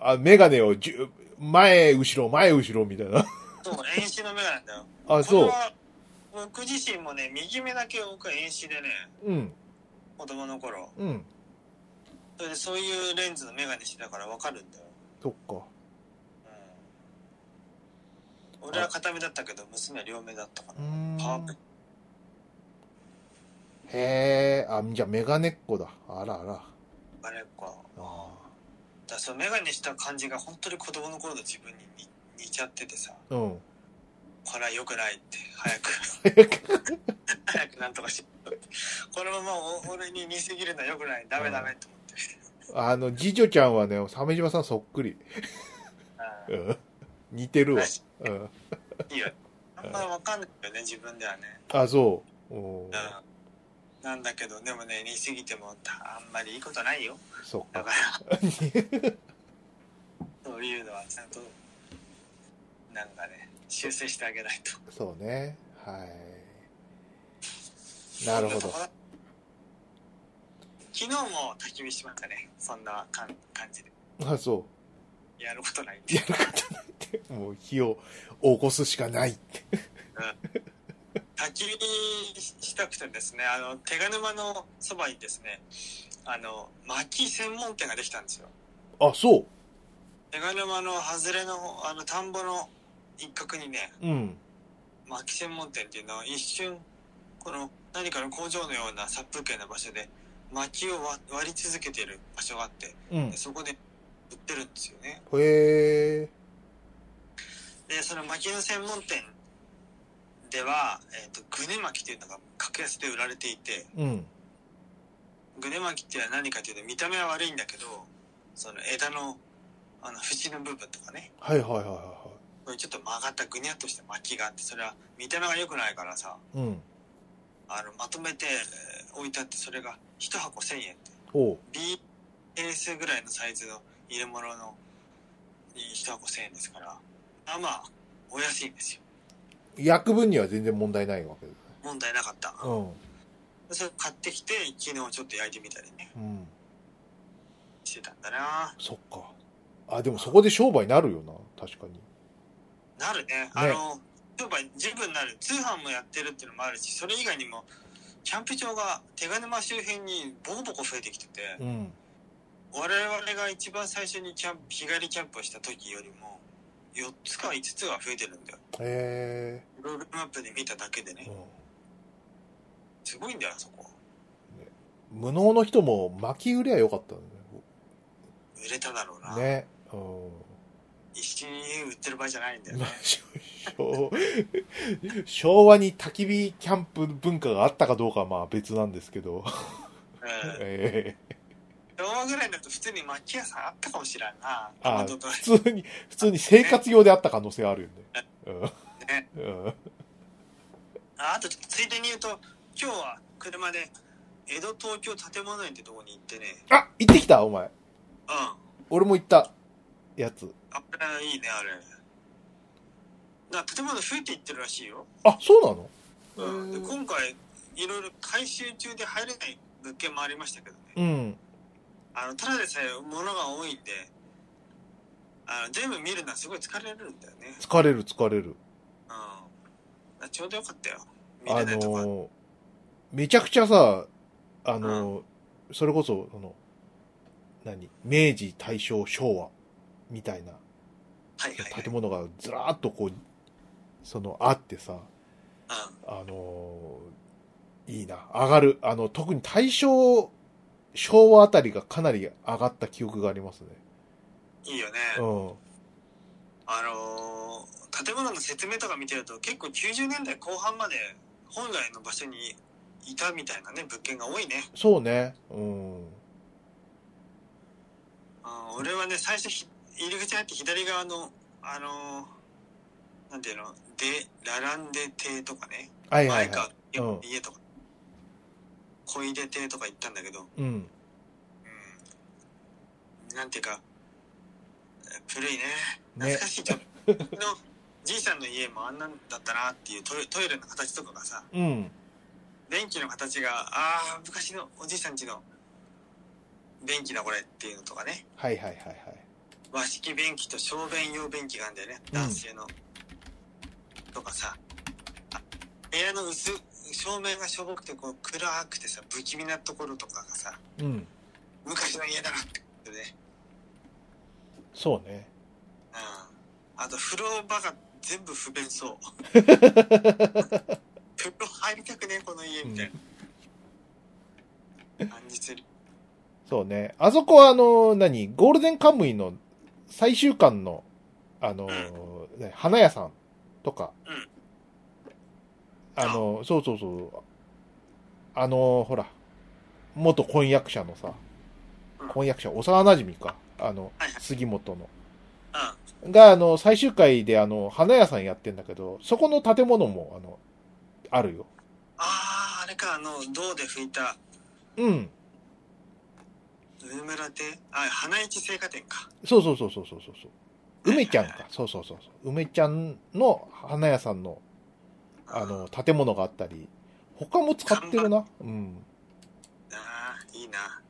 B: あ、メガネをじゅ、前、後ろ、前、後ろみたいな。
A: そう遠視の眼鏡なんだよ
B: あ、そう
A: こ。れは僕自身もね右目だけ僕は遠視でね
B: うん、
A: 子供の頃
B: うん。
A: それでそういうレンズの眼鏡してたから分かるんだよ、
B: そっか。
A: うん、俺は片目だったけど娘は両目だったか
B: うー
A: ら
B: ん。
A: パワープ
B: へえ。あ、じゃあメガネっ子だ。あらあら。
A: あれか
B: あ
A: だからその眼鏡した感じが本当に子供の頃の自分に似似ちゃっててさ
B: ーうん。
A: これは良くないって早く早くなんとかしろってこのままお俺に似すぎるのは良くないダメダメと思って
B: あの、次女ちゃんはね、鮫島さんそっくり。
A: うん
B: うん。似てるわ
A: だ。し
B: うん。
A: いいよあんま分かんないよね自分ではね
B: あ、そう。おー
A: うんなんだけどでもね似すぎてもあんまりいいことないよ
B: そっ
A: だ
B: か
A: か。 らそういうのはちゃんとなんかね修正してあげないと
B: そうね。はい。なるほど。
A: 昨日も焚き火しましたねそんなかん感じで
B: あ、そ
A: やることないんで
B: う。もう火を起こすしかないって。
A: 焚き火したくてですねあの手賀沼のそばにですねあの薪専門店ができたんですよ
B: あ、そう。
A: 手賀沼の外れのあの田んぼの一角にね
B: うん。
A: 薪専門店っていうのは一瞬この何かの工場のような殺風景な場所で薪を割割り続けている場所があって
B: うん
A: で。そこで売ってるんですよね
B: へえ。
A: でその薪の専門店では、えー、とグネ薪っていうのが格安で売られていて
B: うん。
A: グネマキっていうのは何かというと見た目は悪いんだけどその枝のあの縁の部分とかね
B: はいはいはいは
A: こういうちょっと曲がったぐにゃっとした巻きがあってそれは見た目が良くないからさ
B: い。うん。
A: あのまとめてえー置いてあってそれが1箱1000円って
B: おう
A: BS ぐらいのサイズの入れ物の1箱1000円ですからあまあお安いんですよ
B: 薬分には全然問題ないわけです。
A: 問題なかった、
B: うん。
A: それ買ってきて昨日ちょっと焼いてみたりね
B: うん。
A: してたんだな
B: そっか。あ、でもそこで商売になるよな。確かに。
A: なるねあの商売十分なる通販もやってるっていうのもあるしそれ以外にもキャンプ場が手賀沼周辺にボコボコ増えてきてて、
B: うん。
A: 我々が一番最初にキャンプ日帰りキャンプをした時よりも4つか5つは増えてるんだよ
B: え
A: ロールマップで見ただけで
B: え
A: ねすごいんだよあそこ
B: うん。無能の人も巻き売りゃよかったん
A: 売れただろうな、
B: だよね。ね。うん。
A: 一緒に売ってる場合じゃないんだよ
B: ま
A: ね
B: あ、しょ昭和に焚き火キャンプ文化があったかどうかはまあ別なんですけど、
A: うん
B: え
A: 昭和ぐらいだと普通に薪屋さんあったかもしらんな
B: えあ
A: 雨戸と
B: 普通に、普通に生活用であった可能性あるよね。
A: ね
B: うんうん
A: ああとちょっとついでに言うと今日は車で江戸東京建物園ってとこに行ってね
B: あ、行ってきたお前。
A: うんあ
B: 俺も行ったやつ。
A: れいいねあれな建物増えていってるらしいよ
B: あ、そうなの
A: うんで今回いろいろ改修中で入れない物件もありましたけどね、
B: うん。
A: あのただでさえ物が多いんであの全部見るのはすごい疲れるんだよね、うん、だか
B: 疲れる疲れる。
A: らちょうどよかったよ見
B: あ
A: れないとこ、
B: のー、めちゃくちゃさ、あのー、それこそ、あの、何明治、大正、昭和、みたいな。
A: はいはいはい、
B: 建物がずらーっとこう、その、あってさ、
A: うん、
B: あのーいいな、上がる。あの、特に大正、昭和あたりがかなり上がった記憶がありますね。
A: いいよね、
B: うん。
A: あのー建物の説明とか見てると結構90年代後半まで本来の場所にいたみたいなね物件が多いね、
B: そうね。うん。
A: うん、俺はね最初ひ入り口入って左側のあのーなんていうのでラランデ邸とかね
B: はいは
A: 前
B: いは
A: 川の
B: う
A: 家とか小出邸とか行ったんだけど、
B: い。うん。
A: うん、なんていうかえ古いね
B: ね
A: 懐かしいちょっと のじいさんの家もあんなんだったなっていうトイトイレの形とかがさ
B: うん。
A: 電気の形がああ昔のおじいさん家の便器だこれっていうのとかね
B: はいはいはいはい。
A: 和式便器と小便用便器があるんだよね
B: ん
A: 男性の、とかさあ部屋の薄照明がしょぼくてこう暗くてさ不気味なところとかがさ
B: うん。
A: 昔の家だなってことでね、
B: そうね。
A: うん、あと風呂場が全部不便そう 風呂入りたくねえこの家みたいな感じする
B: そうね。あそこはあのー、何ゴールデンカムイの最終巻の、あのー、ね花屋さんとか。
A: うん
B: あのー、そうそうそう。あのー、ほら、元婚約者のさ
A: うん、
B: 婚約者、幼馴染か。あの
A: はいは、い
B: 杉本の。
A: うん
B: が、あの、最終回で、あの、花屋さんやってんだけど、そこの建物も、あの、あるよ。
A: あああれかあの銅で拭いた
B: うん。
A: 梅村亭あ花市青果店か
B: そうそうそうそうそうそうそう。梅ちゃんか。そうそうそうそう。梅ちゃんの花屋さんの、あの、建物があったり、他も使ってるな。うん。
A: ああいいな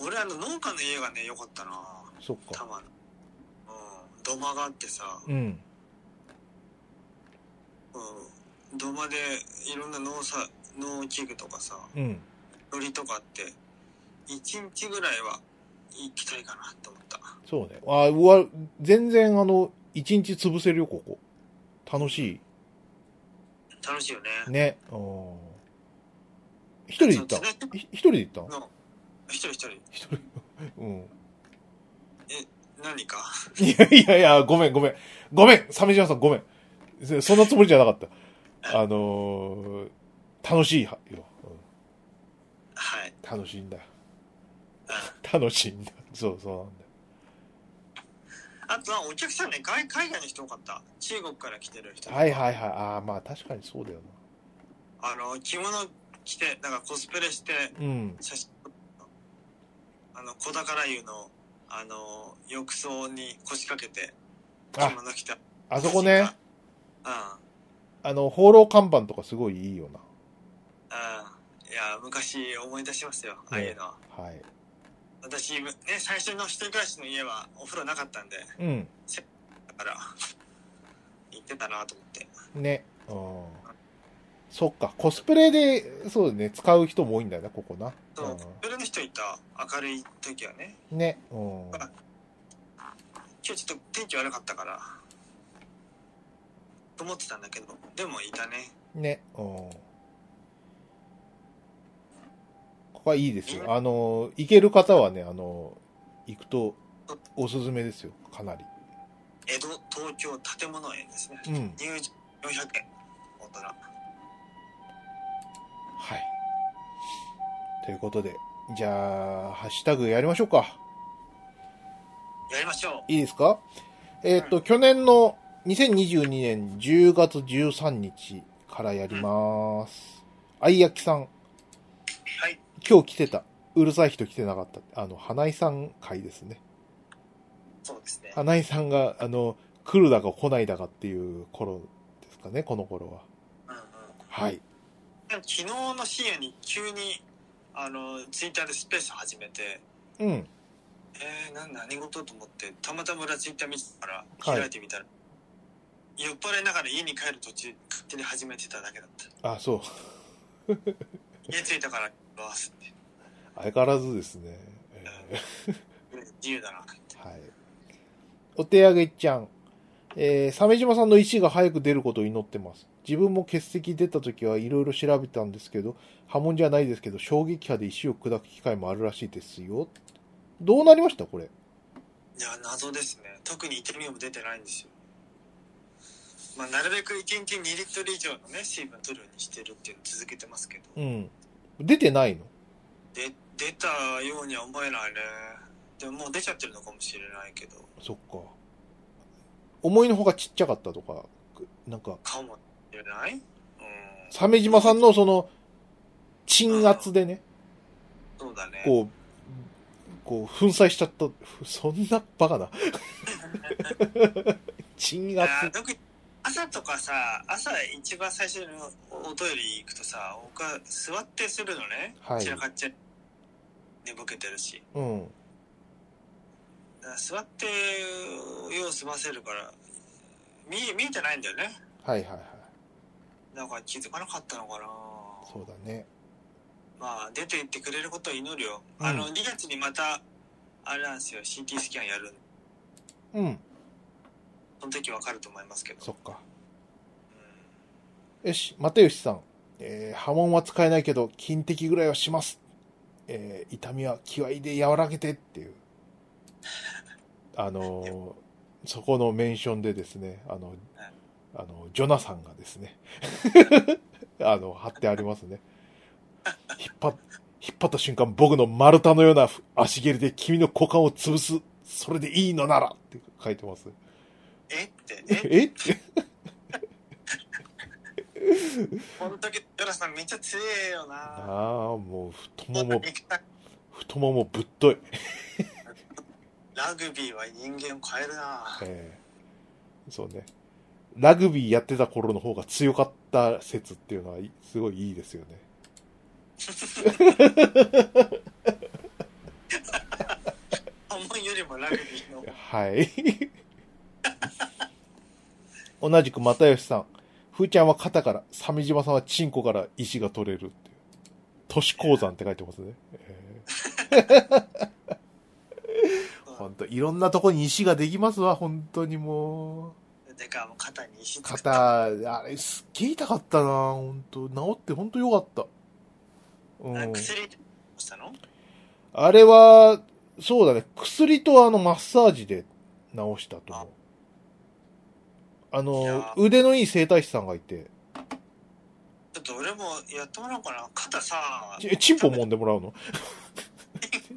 A: 俺あの農家の家がね良かったな
B: そったか。
A: まのうん土間があってさ、
B: うん。
A: うん、土間でいろんな農作農機具とかさ
B: うん。
A: のりとかあって一日ぐらいは行きたいかなと思った
B: そうね。あ、うわ、全然、あの、一日潰せるよ、ここ。楽し
A: 楽しいよね
B: い。ね。うん。一人で行った
A: その常
B: ひ一人で行った
A: の一人一人
B: 一人。うん。
A: 何か
B: いやいやいや、ごめんごめん。ごめん鮫島さんごめん。そそんなつもりじゃなかった。あのー楽しいはよ。楽しいんだ。楽しいんだ。そうそうなんだ。
A: あとはお客さんね海海外の人多かった中国から来てる人、
B: はいはいはい。ああ、まあ確かにそうだよ
A: あの着物着てなんかコスプレして
B: な。うん。
A: 写真あの小宝湯のあの浴槽に腰掛けて着
B: あ、
A: 物着た
B: あそこ
A: う
B: ね、
A: んうん
B: あの、放浪看板とかすごいいいよな。
A: いや昔思い出しますよああいうのは、
B: はい。
A: 私ね最初の一人暮らしの家はお風呂なかったんで
B: うん。
A: だから 行ってたなと思って
B: ね。うん。そっか、コスプレで、そうだね、使う人も多いんだよな、ここな。
A: そう、夜の人いた明るい時はね
B: うん。ね。うん。
A: 今日ちょっと天気悪かったからと思ってたんだけどでもいたね
B: ね。うん。ここはいいですよ。あの、行ける方はね、あの、行くとおすすめですよ。かなり。
A: 江戸東京建物園ですね
B: うん。
A: 入場400円大人
B: はい。ということで、じゃあ、ハッシュタグやりましょうか。
A: やりましょ
B: いいですかえっ、と、去年の2022年10月13日からやります。あいやきさん。
A: はい
B: 今日来てた。うるさい人来てなかった。あの、花井さん会ですね。
A: うそうですね
B: 花井さんが、あの、来るだか来ないだかっていう頃ですかね、この頃は。
A: うんうん
B: はい。
A: でも昨日の深夜に急にあのツイッターでスペース始めて
B: うん。
A: えー、なん何事と思ってたまたまツイッター見てたから
B: はい
A: 開いてみたら、酔っ払いながら家に帰る途中勝手に始めてただけだ った
B: あ、そう。
A: 家着いたからわーすっ て
B: 相変わらずですね。えー
A: 自由だなって
B: はい。お手上げちゃん。えー、鮫島さんの意思が早く出ることを祈ってます。自分も欠席出た時はいろいろ調べたんですけど、波紋じゃないですけど、衝撃波で石を砕く機会もあるらしいですよ。どうなりましたこれ。
A: いや謎ですね特に痛みも出てないんですよまあなるべく1日2リットル以上のね水分取るようにしてるっていうのを続けてますけど、
B: うん。出てないの
A: で出たようには思えないねでももう出ちゃってるのかもしれないけど
B: そっか。思いのほかちっちゃかったとか、くなんか、
A: かもしれないうん
B: 鮫島さんのその、鎮圧でね、
A: そうだね
B: こう、こう、粉砕しちゃった。ふそんなバカな。鎮圧。
A: あー特に朝とかさ朝一番最初におおトイレ行くとさ僕は座ってするのね、
B: はい
A: 散らかっちゃ寝ぼけてるし
B: うん。
A: だから座って用を済ませるから見え見えてないんだよね
B: はいはいはい。
A: だから気づかなかったのかな
B: そうだね。
A: まあ出て行ってくれることを祈るよ、
B: うん
A: あの2月にまたあれなんですよ CT スキャンやる
B: うん。
A: その時わかると思いますけど
B: そっか。
A: うん
B: よし、又吉さん。えー、波紋は使えないけど、金的ぐらいはします。えー、痛みは気合で和らげてっていう。あの ーそこのメンションでですね、あの、あの、ジョナサンがですね、 あの、貼ってありますね。引っ張っ、引っ張った瞬間、僕の丸太のような足蹴りで君の股間を潰す。それでいいのならって書いてます。
A: え ってえ
B: えって
A: この時ヨラさんめっちゃ強えよな
B: ああ、もう太もも、
A: 肉体
B: 太ももぶっとい。
A: ラグビーは人間を変えるな
B: ええそうね。ラグビーやってた頃の方が強かった説っていうのはいすごいいいですよね。
A: あもうよりもラグビーの
B: はい。 同じく又吉さん。ふーちゃんは肩から、鮫島さんはチンコから石が取れるっていう。都市鉱山って書いてますね。ええ
A: うん
B: 本当いろんなとこに石ができますわ、本当にもう。
A: でかもう肩に石つく
B: 肩、あれ、すっげえ痛かったな本当治って本当よかった。うん。
A: 薬どうしたの
B: あれは、そうだね、薬とあのマッサージで治したと思う。
A: い
B: あ
A: や
B: の、
A: ー
B: 腕のいい整体師さんがいて、
A: ちょっと俺もやってもらおうかな。肩さ、
B: ちチンポ揉んでもらうの
A: こ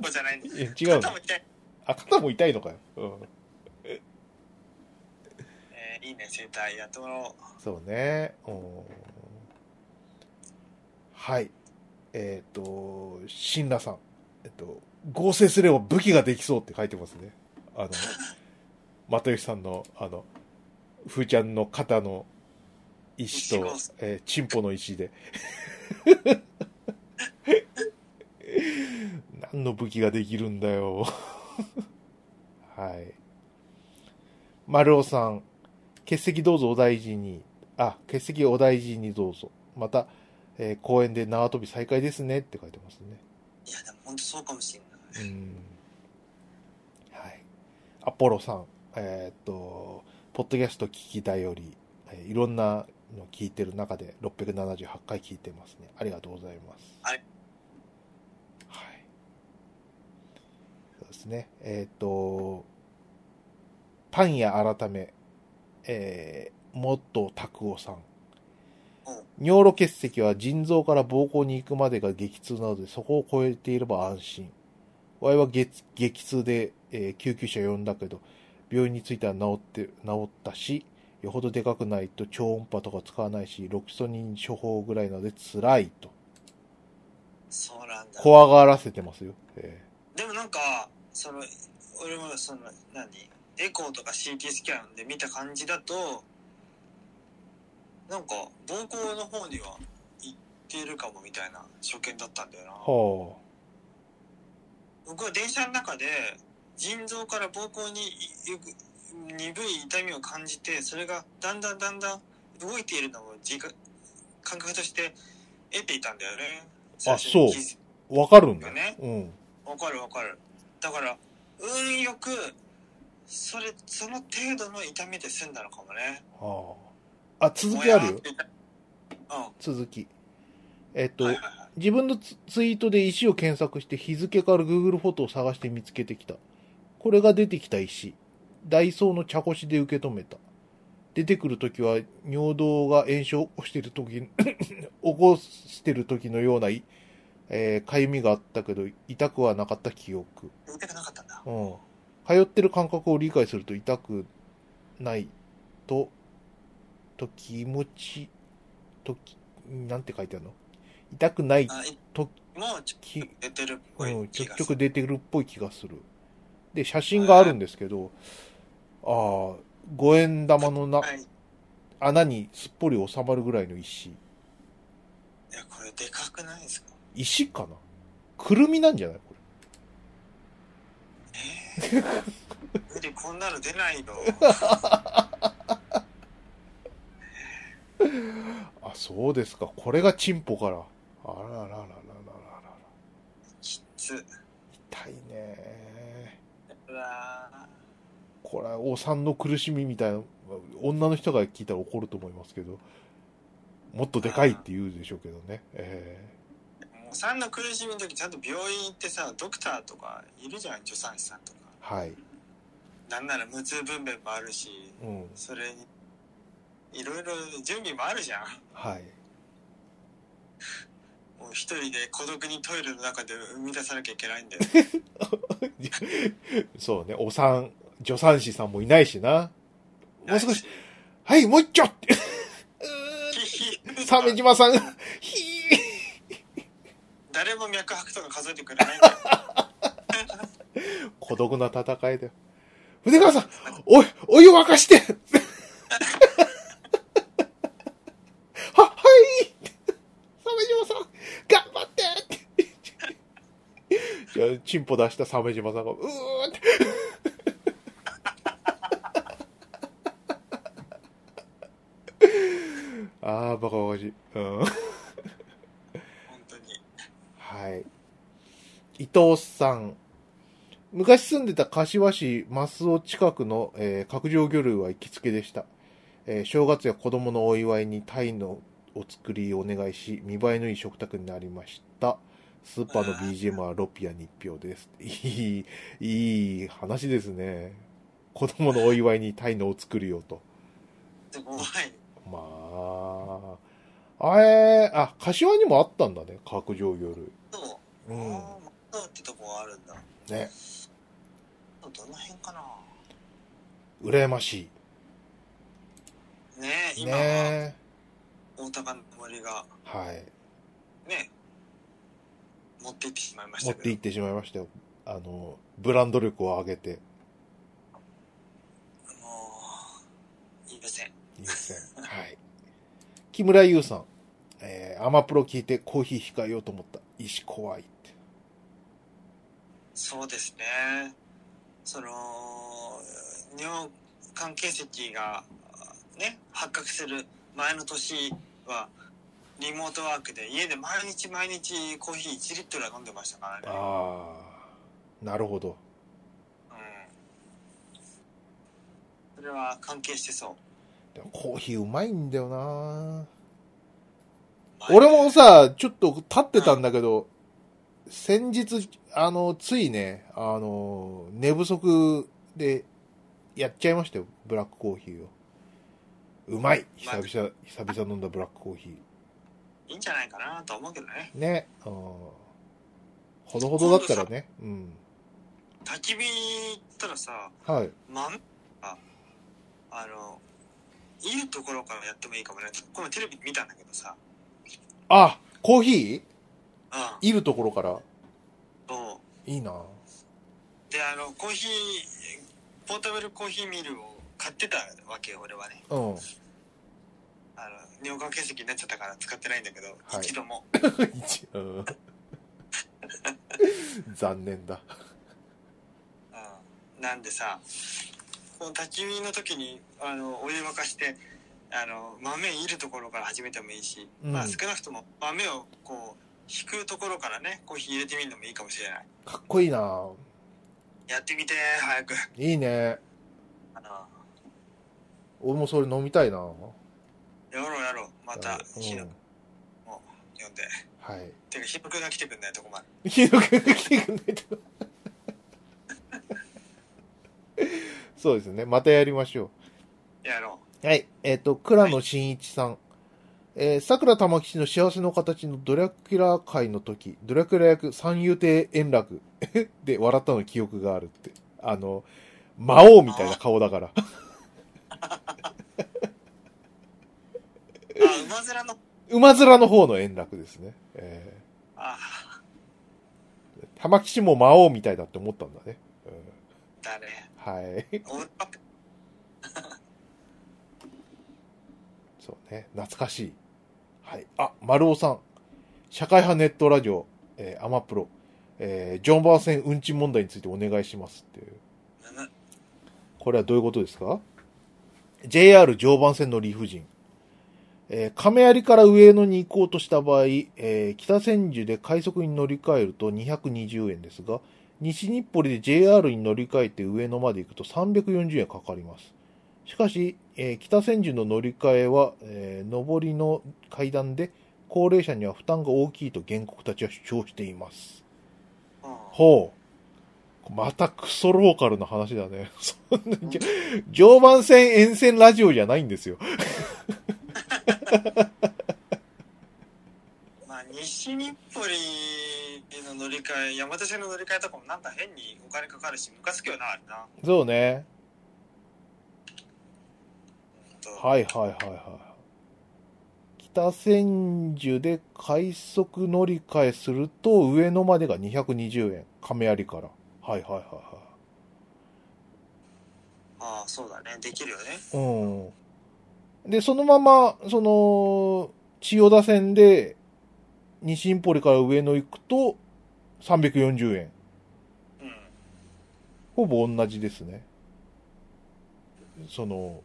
A: こじゃないんで。
B: え違うの
A: 肩も痛い。
B: あ、肩も痛いのかよ。うん。
A: えーいいね、整体やってもらおう。
B: そうね。うんはい。えっ、と、シンラさん。えっ、と、合成すれば武器ができそうって書いてますね。あの、又吉さんの、あの、ふーちゃんの肩の石
A: 石
B: と
A: 合、
B: えー、チンポの石で。何の武器ができるんだよ。 はい。丸尾さん、欠席どうぞお大事に。あ、欠席お大事にどうぞ。また、えー公園で縄跳び再開ですねって書いてますね。
A: いや、でも本当そうかもしれない。
B: うん。はい。アポロさん、えーっと、ポッドキャスト聞きたより、えーいろんなの聞いてる中で678回聞いてますね。ありがとうございます。
A: はい。
B: はい。そうですね。えーっと、パン屋改め、えー、元拓夫さん
A: うん。
B: 尿路結石は腎臓から膀胱に行くまでが激痛なので、そこを超えていれば安心。わいは激激痛で、えー救急車呼んだけど、病院に着いたら治って、治ったし、よほどでかくないと超音波とか使わないし、ロキソニン処方ぐらいなので辛いと。
A: そうなんだ。
B: 怖がらせてますよ。え
A: でもなんか、その、俺もその、何エコーとか CT スキャンで見た感じだと、なんか、膀胱の方には行ってるかもみたいな所見だったんだよな。
B: ーは
A: 僕は電車の中で腎臓から膀胱に行く鈍い痛みを感じてそれがだんだんだんだん動いているのを自覚感覚として得ていたんだよね
B: あ
A: 最初に
B: そう
A: 気づ
B: あ。わかるんだ。
A: よね
B: うん。
A: わかるわかるだから運よくそれその程度の痛みで済んだのかもね
B: はあ。あ、続きあるよ
A: も。やーってうんは
B: 続き。えっ
A: い
B: と、
A: はいはい
B: 自分のツツイートで石を検索して日付から Google フォトを探して見つけてきた。これが出てきた石。ダイソーの茶こしで受け止めた。出てくるときは尿道が炎症を起こしていると き、起こしてるときのような、いえー、かゆみがあったけど、痛くはなかった記憶。
A: 痛くなかったんだ
B: うん。通ってる感覚を理解すると痛くないと、と気持ち、とき、なんて書いてあるの痛くない
A: あい
B: と
A: もうちょっ
B: き、
A: と出てるっぽ
B: うん、
A: い
B: ち
A: 気
B: ょ
A: が
B: くちょ
A: する
B: く出てるっぽい気がする。で、写真があるんですけど、ああ、五円玉のな、
A: はいい
B: 穴にすっぽり収まるぐらいの石。
A: やこれでかくないですか
B: 石かなくるみなんじゃないこ
A: 無理こんなの出ないよ
B: れ。あ、そうですか。これがチンポから。あらららららららら。
A: きつ
B: 痛いね。
A: うわー
B: これはお産の苦しみみたいな、女の人が聞いたら怒ると思いますけど、もっとでかいって言うでしょうけどね。ええ
A: もう産の苦しみの時ちゃんと病院行ってさドクターとかいるじゃん助産師さんとか
B: はい。
A: なんなら無痛分娩もあるし
B: うん。
A: それにいろいろ準備もあるじゃん
B: はい。
A: もう一人で孤独にトイレの中で生み出さなきゃいけないんだよ
B: そうね、お産、助産師さんもいないしな。もう少し、
A: な
B: はい、もう一丁って。
A: いし
B: うーん鮫島さんが、ひ
A: 誰も脈拍とか数えてくれないんだよ
B: ー孤独な戦いだよ。筆川さん、おい、お湯沸かして は、はい鮫島さん、頑張ってっていやチンポ出した鮫島さんが、うーんって。 ああ、バカバカしい。うん
A: 本当に
B: はい。伊藤さん。昔住んでた柏市増尾近くの、えー角上魚類は行きつけでした。えー正月や子供のお祝いにタイのお作りお願いし、見栄えのいい食卓になりました。スーパーの BGM はロピア日票です。 いい、いい話ですね。子供のお祝いにタイのお作りをと。
A: でもお前
B: まあ、あえー、あ、柏にもあったんだね、角上魚類。
A: そうう。
B: ん。
A: ああ、松尾ってとこがあるんだ。
B: ね、
A: どの辺かな
B: 羨まし
A: ねえ、
B: い。
A: 今は
B: ね
A: 大高の森が
B: はい。
A: ね、持って行ってしまいまし
B: 持ったて
A: け
B: いっ
A: ど。
B: てしまいましたよ。あの、ブランド力を上げて、
A: もう、いません。
B: 優先。はい。木村優さん。えー、アマプロ聞いてコーヒー控えようと思った。石怖いって。
A: そうですね。その、尿管結石がね、発覚する前の年は、リモートワークで家で毎日毎日コーヒー1リットルは飲んでましたからね。
B: ああ、なるほど。
A: うん。それは関係してそう。
B: でもコーヒーうまいんだよな
A: まあ
B: 俺もさ、ちょっと立ってたんだけど、先日、あの、ついね、あの、寝不足でやっちゃいましたよ、ブラックコーヒーを。うまい久々、久々飲んだブラックコーヒ
A: いいんじゃないかなと思うけどね。
B: ー。ね。うんほどほどだったらね。うん。
A: 焚き火行ったらさ、
B: はい。
A: 豆が、あの、いるところからやってもいいかもね。このテレビ見たんだけどさ。
B: あ、コーヒ
A: うん。
B: ーいるところから。
A: そう。
B: いいな
A: であのコーヒーポータブルコーヒーミルを買ってたわけよ俺はね
B: うん。
A: あの尿管結石になっちゃったから使ってないんだけど、
B: はい
A: 一度も
B: 一うん残念だ。
A: うんなんでさこの焚き火の時にあのお湯沸かしてあの豆いるところから始めてもいいし、
B: うん
A: まあ少なくとも豆をこう引くところからねコーヒー入れてみるのもいいかもしれない
B: かっこいいな
A: やってみて早く
B: いいね
A: あ
B: 俺もそれ飲みたいな
A: のやろうやろうまた
B: うん
A: 日の呼んで
B: はい。
A: てかひろくんが来てくんないと困る
B: ひどく来てくんない と。そうですね。またやりましょ
A: やろう
B: う。はい。えっ、と、倉野真一さん。えー、桜玉吉の幸せの形のドラキュラ会の時、ドラキュラ役三遊亭円楽 で笑ったの記憶があるって。あの、魔王みたいな顔だから。
A: あ馬面の
B: 馬面の方の円楽ですね。え
A: あ
B: ー、玉吉も魔王みたいだって思ったんだね。うん
A: だね。
B: はい。
A: お
B: そうね、懐かしい。はい。あ、丸尾さん。社会派ネットラジオ、えーアマプロ、えージョン・バーセン運賃問題についてお願いしますっていう。
A: な
B: これはどういうことですか ?JR 常磐線の理不尽。えー亀有から上野に行こうとした場合、えー北千住で快速に乗り換えると220円ですが、西日暮里で JR に乗り換えて上野まで行くと340円かかります。しかし、えー北千住の乗り換えは、えー上りの階段で、高齢者には負担が大きいと原告たちは主張しています。
A: うん
B: ほう。またクソローカルな話だね。 そんなに、常磐線沿線ラジオじゃないんですよ。
A: まあ、西日暮里の乗り換え、山手線の乗り換えとかもなんか変にお金かかるし、ムカつくよな、あれな。
B: そうね。
A: い。
B: はいはいはいはい。北千住で快速乗り換えすると上野までが220円。亀有から。はいはいはいはい。
A: ああ、そうだね。できるよね。
B: うん。で、そのまま、その、千代田線で、西日暮里から上野行くと、340円。
A: うん。
B: ほぼ同じですね。その、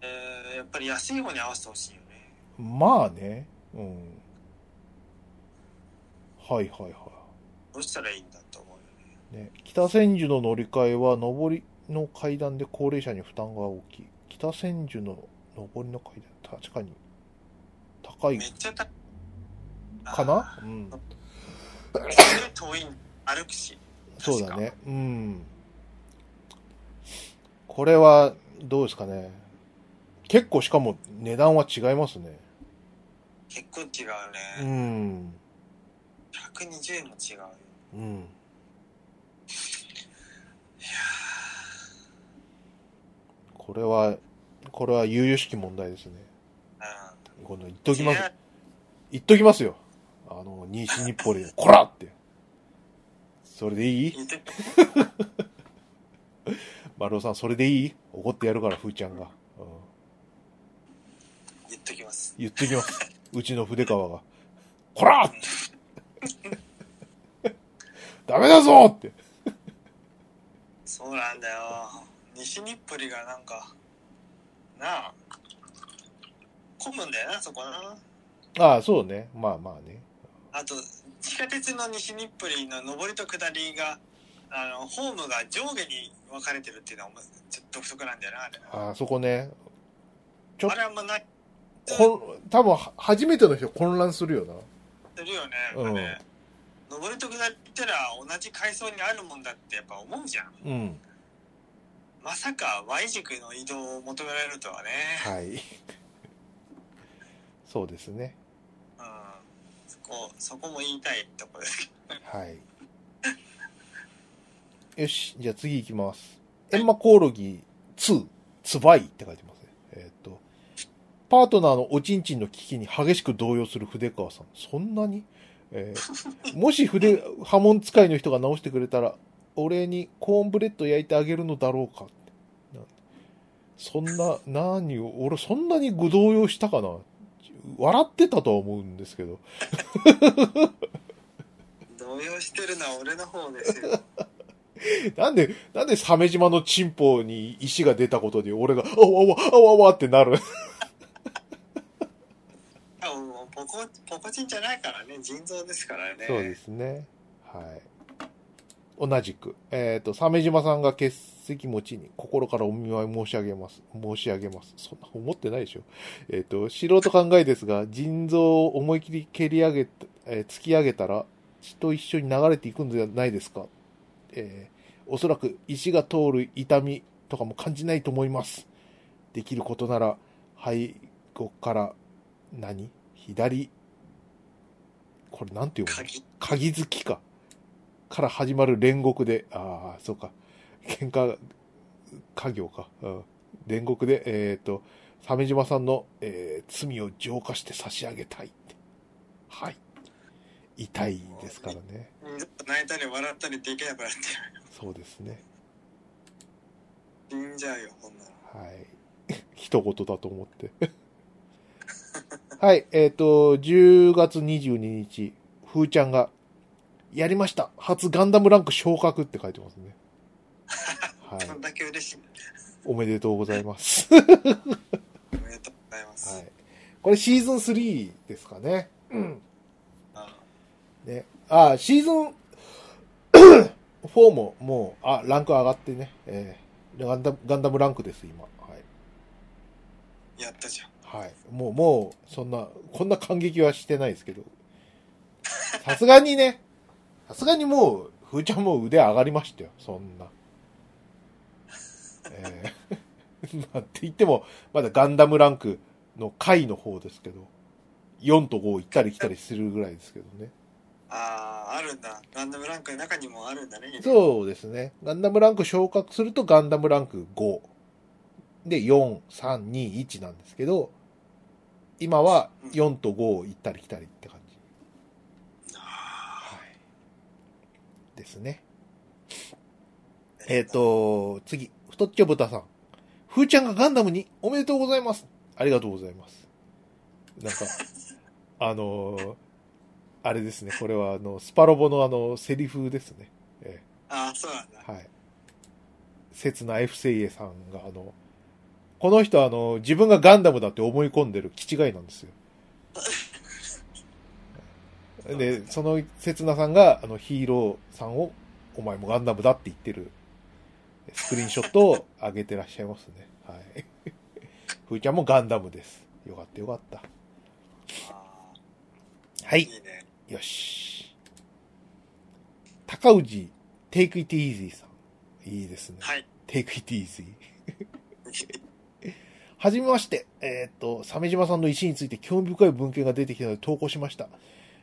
A: えー、やっぱり安い方に合わせてほしいよね。
B: まあね。うん。はいはいは
A: どうしたらいいんだと思うよね。
B: い。ね、北千住の乗り換えは、上りの階段で高齢者に負担が大きい。北千住の上りの階段、確かに、高い
A: めっちゃた、
B: かなうん。
A: あー遠い、歩くし。
B: そうだね。うん。これは、どうですかね。結構しかも値段は違いますね。
A: 結構違
B: う
A: うね。
B: ん。
A: 120円も違うよ。
B: うん。これは、これは悠々しき問題ですね。
A: う
B: この言っ
A: ん。
B: ときます
A: い。や
B: 言っときますよ。あの、妊娠日報で、こらって。それでいい
A: 言って
B: 丸尾さん、それでいい怒ってやるから、ふーちゃんが。うん、
A: 言っときます。
B: 言ってきます。うちの筆川が。こらって。ダメだぞって。
A: そうなんだよ。西日暮里がなんか、なあ、混むんだよな、そこな。
B: ああ、そうね。まあまあね。
A: あと、地下鉄の西日暮里の上りと下りが、あの、ホームが上下に分かれてるっていうのは、ちょっと独特なんだよな、あれな。
B: ああそこね。ちょ
A: あれあんまない。
B: こん、多分、は初めての人混乱するよな。
A: するよね、
B: うん
A: あれ上りと下りったら同じ階層にあるもんだってやっぱ思うじゃん。
B: うん。
A: まさか Y 軸の移動を求められるとはね。
B: はい。そうですね。
A: うん。そこ、そこも言いたいとこですけど。
B: はい。よし、じゃあ次行きます。エンマコオロギ2、ツバイって書いてますね。えーっと、パートナーのおちんちんの危機に激しく動揺する筆川さん。そんなにえーもし筆、波紋使いの人が直してくれたら、お礼にコーンブレッド焼いてあげるのだろうかってなそんな、何を、俺そんなにご動揺したかな笑ってたとは思うんですけど。
A: 動揺してるのは俺の方です よ。
B: なんで、なんで鮫島のチンポに石が出たことで俺が、あわあわ、あわあわってなる。
A: 多分もうポコ、ポコチンじゃないからね、腎臓ですからね。
B: そうですね。はい。同じく。えっ、と、鮫島さんが欠席持ちに心からお見舞い申し上げます。申し上げます。そんな思ってないでしょ。えっ、と、素人考えですが、腎臓を思い切り蹴り上げた、えー突き上げたら、血と一緒に流れていくんじゃないですか。えーおそらく石が通る痛みとかも感じないと思います。できることなら、背後から、何左、これなんて読む
A: 鍵。
B: 鍵好きか。から始まる煉獄で、ああ、そうか。喧嘩、家業か。うん。煉獄で、えっ、と、鮫島さんの、えー罪を浄化して差し上げたいって。はい。痛いですからね。
A: 二度と泣いたり笑ったりできなくなって
B: そうですね。
A: 死んじゃうよ、こんなの。
B: はい。 一言だと思って。 はい、えっ、と、10月22日、ふーちゃんが、やりました初ガンダムランク昇格って書いてますね。はい。
A: どんだけ嬉しい。
B: おめでとうございます。
A: おめでとうございます。
B: はい。これシーズン3ですかね。
A: あ
B: ね。ああ、シーズン4ももう、あ、ランク上がってね。えーガンダム、ガンダムランクです、今。はい。
A: やったじゃん。
B: はい。もう、もう、そんな、こんな感激はしてないですけど。さすがにね、さすがにもう、ふーちゃんも腕上がりましたよ、そんな。えー まあ、って言っても、まだガンダムランクの下位の方ですけど、4と5行ったり来たりするぐらいですけどね。
A: ああ、あるんだ。ガンダムランクの中にもあるんだね。
B: そうですね。ガンダムランク昇格するとガンダムランク5。で、4、3、2、1なんですけど、今は4と5を行ったり来たりって感じ。
A: あ
B: はい。ですね。
A: ー
B: えっ、。と、次、太っちょ豚さん。ふーちゃんがガンダムにおめでとうございます。ありがとうございます。なんか、あのーあれですね、これはあの、スパロボのあの、セリフですね。え
A: ああ、そうなんだ。
B: えはい。刹那 F セイエさんがあの、この人あの、自分がガンダムだって思い込んでる気違いなんですよ。で、その刹那さんが、あの、ヒーローさんを、お前もガンダムだって言ってる、スクリーンショットを上げてらっしゃいますね。はい。 ふーちゃんもガンダムです。よかったよかった。
A: あー
B: はい
A: い
B: い。
A: ね。
B: よし。高氏、take it easy さん。いいですね。
A: はい。
B: take it easy。はじめまして、えーっと、鮫島さんの石について興味深い文献が出てきたので投稿しました。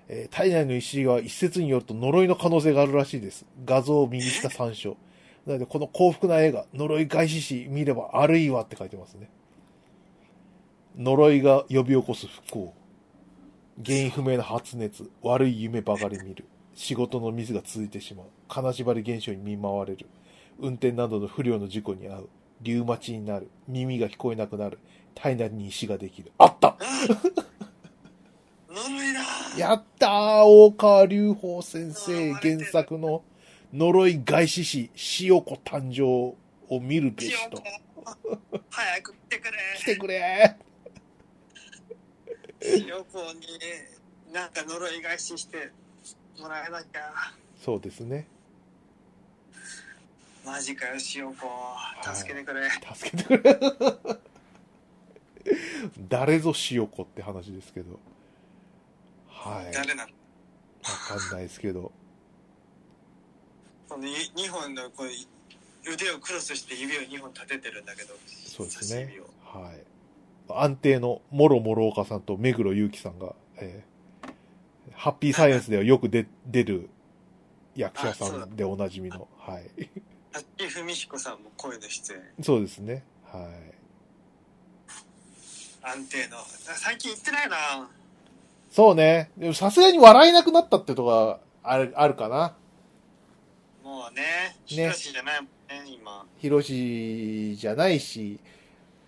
B: えー体内の石は一説によると呪いの可能性があるらしいです。画像を右下参照。なので、この幸福な映画、呪い外史史見ればあるいはって書いてますね。呪いが呼び起こす不幸。原因不明な発熱。悪い夢ばかり見る。仕事のミスが続いてしまう。金縛り現象に見舞われる。運転などの不良の事故に遭う。リウマチになる。耳が聞こえなくなる。体内に石ができる。あった
A: 呪いだ
B: やったー大川隆法先生
A: あー割れてる
B: 原作の呪い外史史、塩子誕生を見るべ
A: し
B: し
A: よ
B: と。
A: う早く来てくれ
B: 来てくれ
A: 旅行になんか呪い返ししてもらえなきゃ
B: ーそうですね。
A: マジかよしおこ
B: い
A: 助けてくれ、
B: 助けてくれ 誰ぞ塩子って話ですけど。はい。わ
A: 誰なの
B: かんないですけど。
A: この2本のこう腕をクロスして指を2本立ててるんだけど
B: そうです
A: 差し
B: ね
A: 指を。
B: はい。安定の諸諸岡さんと目黒祐樹さんが、えーハッ ピーサイエンスではよく出、出る役者
A: あ
B: さ
A: そうだ
B: んでおなじみ の。はい。
A: 八木文彦さんも声の出演
B: そうですね。はい。
A: 安定のあ最近行ってないな
B: そうね。でもさすがに笑えなくなったってとこがある、あるかな。
A: もうね
B: ね
A: 広しじゃないもんね今
B: 広しじゃないし、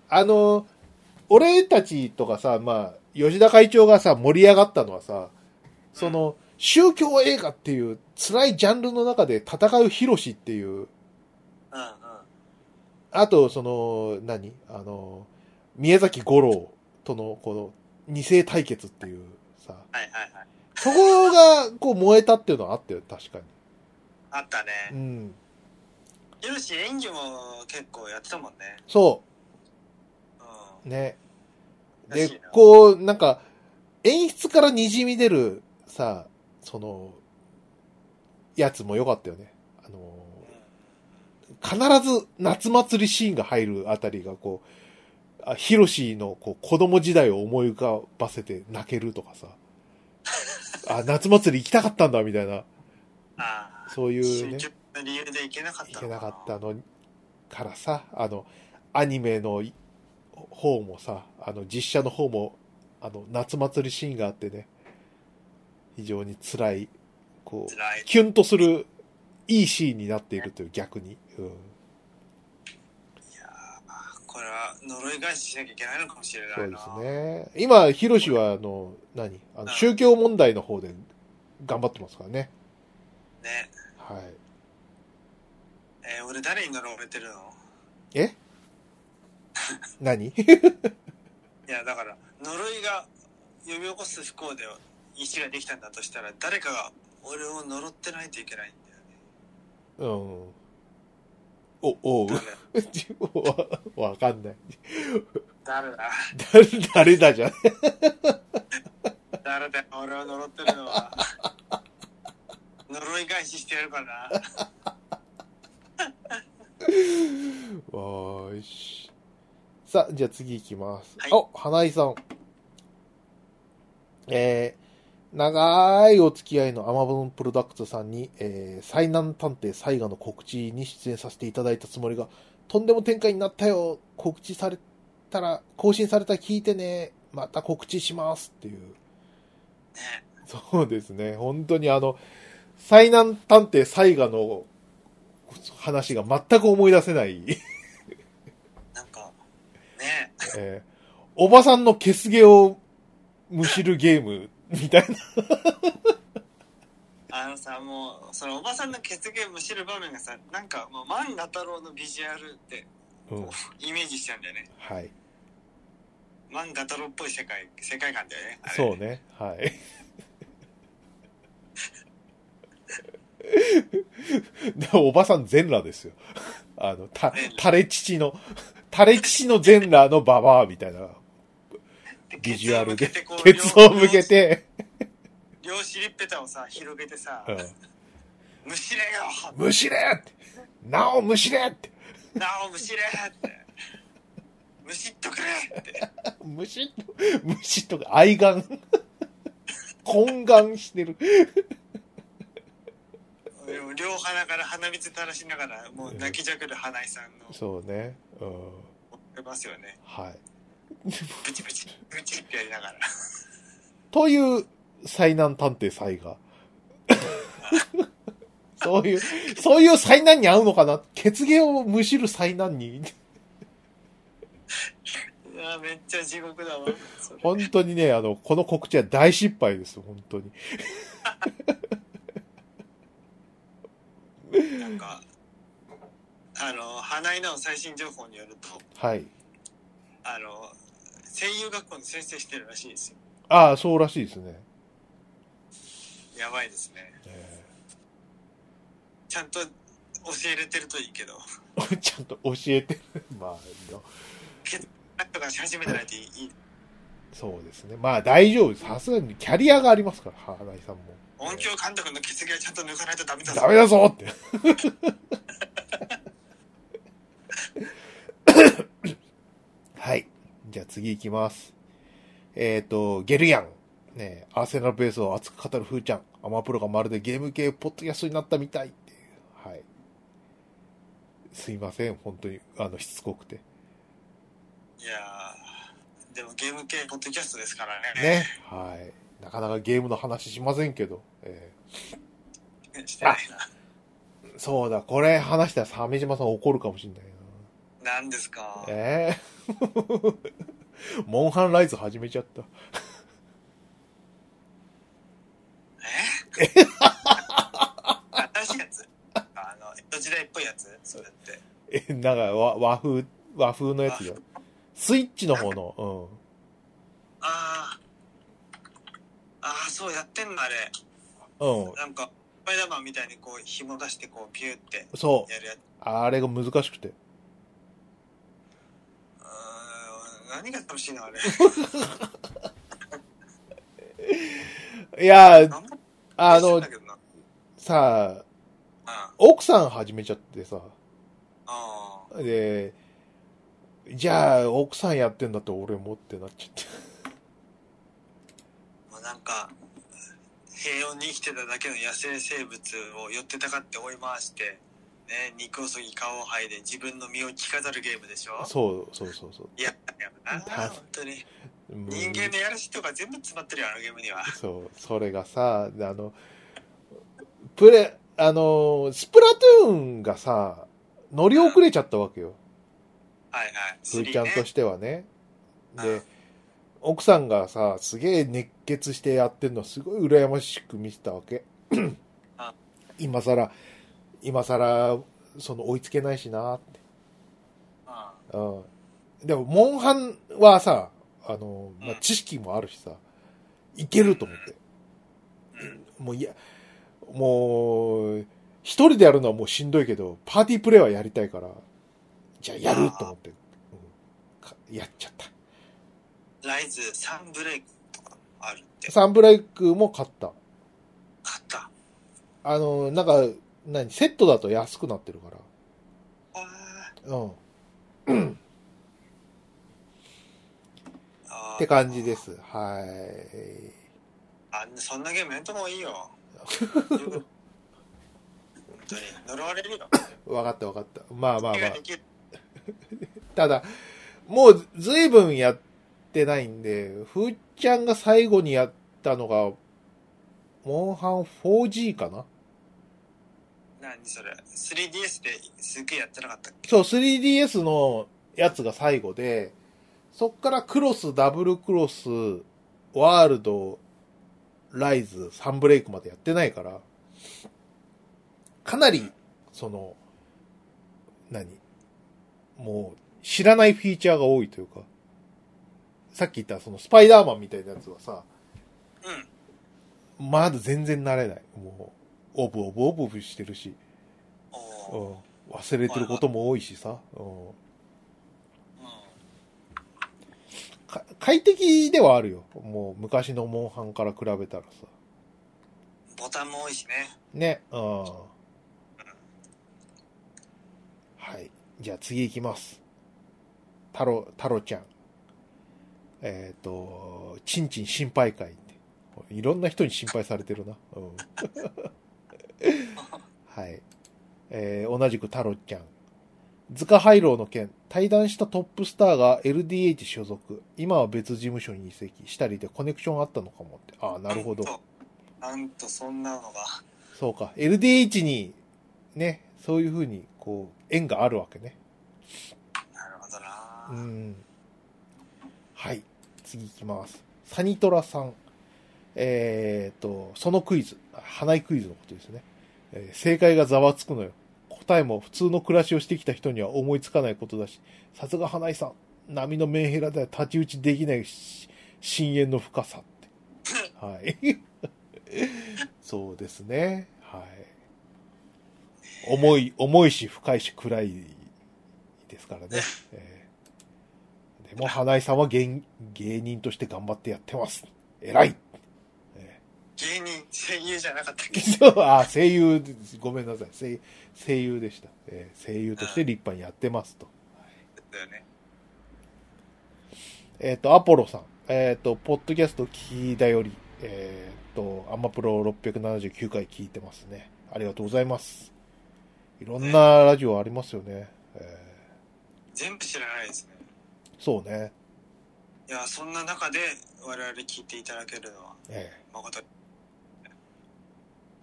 B: あの、俺たちとかさ、まあ、吉田会長がさ、盛り上がったのはさ、その、宗教映画っていう辛いジャンルの中で戦う広しっていう、
A: うんうん
B: あと、その、何あの、宮崎五郎との、この、二世対決っていうさ、
A: はいはいはい
B: そこが、こう、燃えたっていうのはあったよ、確かに。
A: あった
B: う
A: ね
B: ん。
A: 広し演技も結構やってたもんね
B: そ
A: うん
B: う、ね。
A: らしい
B: で
A: な、
B: こう、なんか、演出から滲み出る、さ、その、やつも良かったよね。あの、必ず夏祭りシーンが入るあたりが、こう、あヒロシのこう子供時代を思い浮かばせて泣けるとかさ。あ、夏祭り行きたかったんだ、みたいな。
A: ああ
B: そういうね
A: 集。中の理由で行けなかった
B: いけなかったのからさ、あの、アニメのい方もさ、あの、実写の方も、あの、夏祭りシーンがあってね、非常に辛い、こう、
A: 辛い
B: キュンとする、いいシーンになっているという、逆に。うん。
A: これは呪い返ししなきゃいけないのかもしれな
B: そう
A: い
B: で
A: な
B: すね。今、ヒロシは、あの、何あの、宗教問題の方で頑張ってますからね。
A: ね
B: はい。
A: えー俺誰に呪われてるの
B: 何
A: いやだから呪いが呼び起こす不幸で石ができたんだとしたら誰かが俺を呪ってないといけないんだよね
B: うん。お、おう。 わわかんない。
A: 誰だ
B: 誰誰だじゃん。
A: 誰だよ俺を呪ってるの は呪い返ししてやるからな
B: わーいし。さあ、じゃあ次行きます。
A: はい
B: お、花井さん。えー、長いお付き合いのアマゾンプロダクツさんに、えー、災難探偵サイガの告知に出演させていただいたつもりが、とんでも展開になったよ。告知されたら、更新されたら聞いてね。また告知します。っていう。
A: ね
B: そうですね。本当にあの、災難探偵サイガの話が全く思い出せない。
A: なんかね
B: えーおばさんのケス毛をむしるゲームみたいな。
A: あのさもうそのおばさんの血芸むしる場面がさなんかもう万太郎のビジュアルって
B: うん、
A: イメージしちゃうんだよね
B: はい。
A: 万太郎っぽい世界世界観だよねあれ
B: そうね。はい。でおばさん全裸ですよ。あの、た、垂れ乳の、垂れ乳の全裸のババアみたいなビジュアルで
A: ケツを向けてこ、う
B: ケツを向けて、
A: 両尻っぺたをさ広げてさ
B: うん、
A: 「むしれよ
B: むしれってなおむしれって
A: なおむしれ!」ってむしっとくれって。
B: 虫と、虫とか、愛顔。懇願してる。
A: 両鼻から鼻水垂らしながら、もう泣きじゃくる花井さんの、
B: そうね。うん。
A: 出ますよね。
B: はい。
A: ブチブチ、ブチってやりながら。
B: という、災難探偵災が。 そういう、そういう災難に合うのかな血芸をむしる災難に。
A: いや、めっちゃ地獄だわ。それ
B: 本当にね、あの、この告知は大失敗です、本当に。
A: なんか、あの、花井の最新情報によると、
B: はい。
A: あの、声優学校の先生してるらしいですよ。
B: ああ、そうらしいですね。
A: やばいですね。
B: え
A: ちゃんと教えれてるといいけど、
B: ー ちゃんと教えてる。まあ、いいよ
A: なんとかし始めてないといいいい。
B: そうですね。まあ大丈夫です。さすがにキャリアがありますから、花井さんも。
A: 音響監督の決議はちゃんと抜かないとダメだぞ。
B: ダメだぞって。はい。じゃあ次行きます。えっ、と、ゲルヤン。ねアーセナルベースを熱く語るふーちゃん。アマプロがまるでゲーム系ポッドキャストになったみたいっていう。はい。すいません。本当に、あの、しつこくて。
A: いやー、でもゲーム系ポッドキャストですからね。
B: ね。はい。なかなかゲームの話しませんけど。え
A: ね。してないな。
B: ーそうだ。これ話したら鮫島さん怒るかもしんないな。
A: 何ですか
B: ええ モンハンライズ始めちゃった。
A: 新しいやつあの、江戸時代っぽいやつそれって。
B: え、なんか和和風、和風のやつだよ。スイッチの方の、
A: あー。あー、そうやってんのあれ。
B: うん。うん。
A: なんか、スパイダーマンみたいにこう、紐出してこう、ピューって
B: そう。
A: やるやつ。
B: あれが難しくて。
A: うーん、何が楽しいのあ れ。
B: いやー、
A: 何も
B: あ
A: してん
B: の
A: だ、けどなうん。
B: さあ、
A: あ
B: 奥さん始めちゃってさ、
A: あ
B: で、じゃあ、奥さんやってんだって俺もってなっちゃって。
A: ー。もうなんか、平穏に生きてただけの野生生物を寄ってたかって追い回して、ね、肉をそぎ顔を剥いで自分の身を着飾るゲームでしょ
B: そう、そうそうそう。
A: いや、やだな、本当に。
B: うん
A: 人間のやるしとか全部詰まってるよ、あのゲームには。
B: そう、それがさ、であの、プレ、あの、スプラトゥーンがさ、乗り遅れちゃったわけよ。
A: はいはい。
B: ふーちゃ
A: ス
B: ん
A: リ
B: と
A: ね
B: してはね。
A: う
B: で
A: ん、
B: 奥さんがさ、すげえ熱血してやってるのすごい羨ましく見てたわけ。今さら、今さら、その追いつけないしなって。
A: う
B: うん。でも、モンハンはさ、あの、まあ
A: うん
B: 知識もあるしさ、いけると思って。
A: んうん。
B: もういや、もう、一人でやるのはもうしんどいけど、パーティープレイはやりたいから、じゃあやると思って、うんかやっちゃった。
A: ライズ3ブレイクとかあるって。
B: サンブライクも買った。
A: 買った。
B: あの、なんか、何、セットだと安くなってるか
A: あー
B: ら。うん。っ
A: あー
B: て感じで。す。はい。
A: あんそんなゲームやんともいいよ。本当に。呪われるよ。
B: わかったわかった。まあまあ
A: 気
B: ま
A: が
B: あ
A: で。きる。
B: ただ、もうずいぶんやってないんで、ふーちゃんが最後にやったのが、モンハン 4G かな
A: 何それ。3DS ですっげえやってなかったっけ
B: そう、3DS のやつが最後で、そっからクロス、ダブルクロス、ワールド、ライズ、サンブレイクまでやってないから、かなり、その、何もう、知らないフィーチャーが多いというか、さっき言ったそのスパイダーマンみたいなやつはさ、
A: うん。
B: まだ全然慣れない。もう、オブオブオブオブしてるし、
A: お
B: う
A: お
B: ん忘れてることも多いしさ、うん
A: ー。うん。
B: か快適ではあるよ。もう昔のモンハンから比べたらさ。
A: ボタンも多いしね。
B: ね。うん。はい。じゃあ次行きます。太郎、太郎ちゃん。えっ、と、ちんちん心配会って。いろんな人に心配されてるな。うん。はい。えー同じく太郎ちゃん。塚ハイローの件、対談したトップスターが LDH 所属。今は別事務所に移籍したりでコネクションあったのかもって。ああ、なるほど。
A: なんと。なんとそんなのが。
B: そうか。LDH に、ね、そういうふうに、こう、縁があるわけね。
A: なるほど
B: う
A: な。
B: ん。はい。次いきます。サニトラさん。えーと、そのクイズ。花井クイズのことですね。えー正解がざわつくのよ。答えも普通の暮らしをしてきた人には思いつかないことだし、さすが花井さん。波のメンヘラでは太刀打ちできないし深淵の深さって。はい。 そうですね。はい。重い、重いし深いし暗いですからね。えーでも、花井さんは芸芸人として頑張ってやってます。偉い
A: 芸人、声優じゃなかったっけ
B: そうあ、声優、ごめんなさい。声声優でした、えー声優として立派にやってますと。
A: だよね。
B: えっ、と、アポロさん。えっ、と、ポッドキャスト聞いたより、えっ、と、アマプロ679回聞いてますね。ありがとうございます。いろんなラジオありますよね。え
A: 全部知らないですね。
B: ーそうね。
A: いや、そんな中で我々聞いていただけるのは
B: え
A: 誠に。
B: ー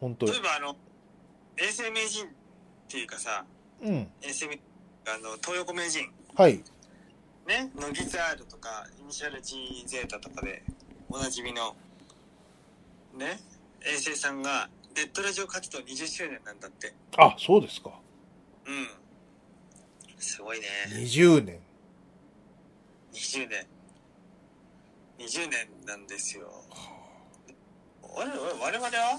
B: 本当
A: 例えばあの、永世名人っていうかさ、
B: うん。
A: 永世名あの、東横名人、
B: はい。
A: ね、乃木ザールとか、イニシャル G ゼータとかで、おなじみの、ね、永世さんが、デッドラジオ活動20周年なんだって。
B: あ、そうですか。
A: うん。すごいね。
B: 20年。
A: 20年。20年なんですよ。我々我々は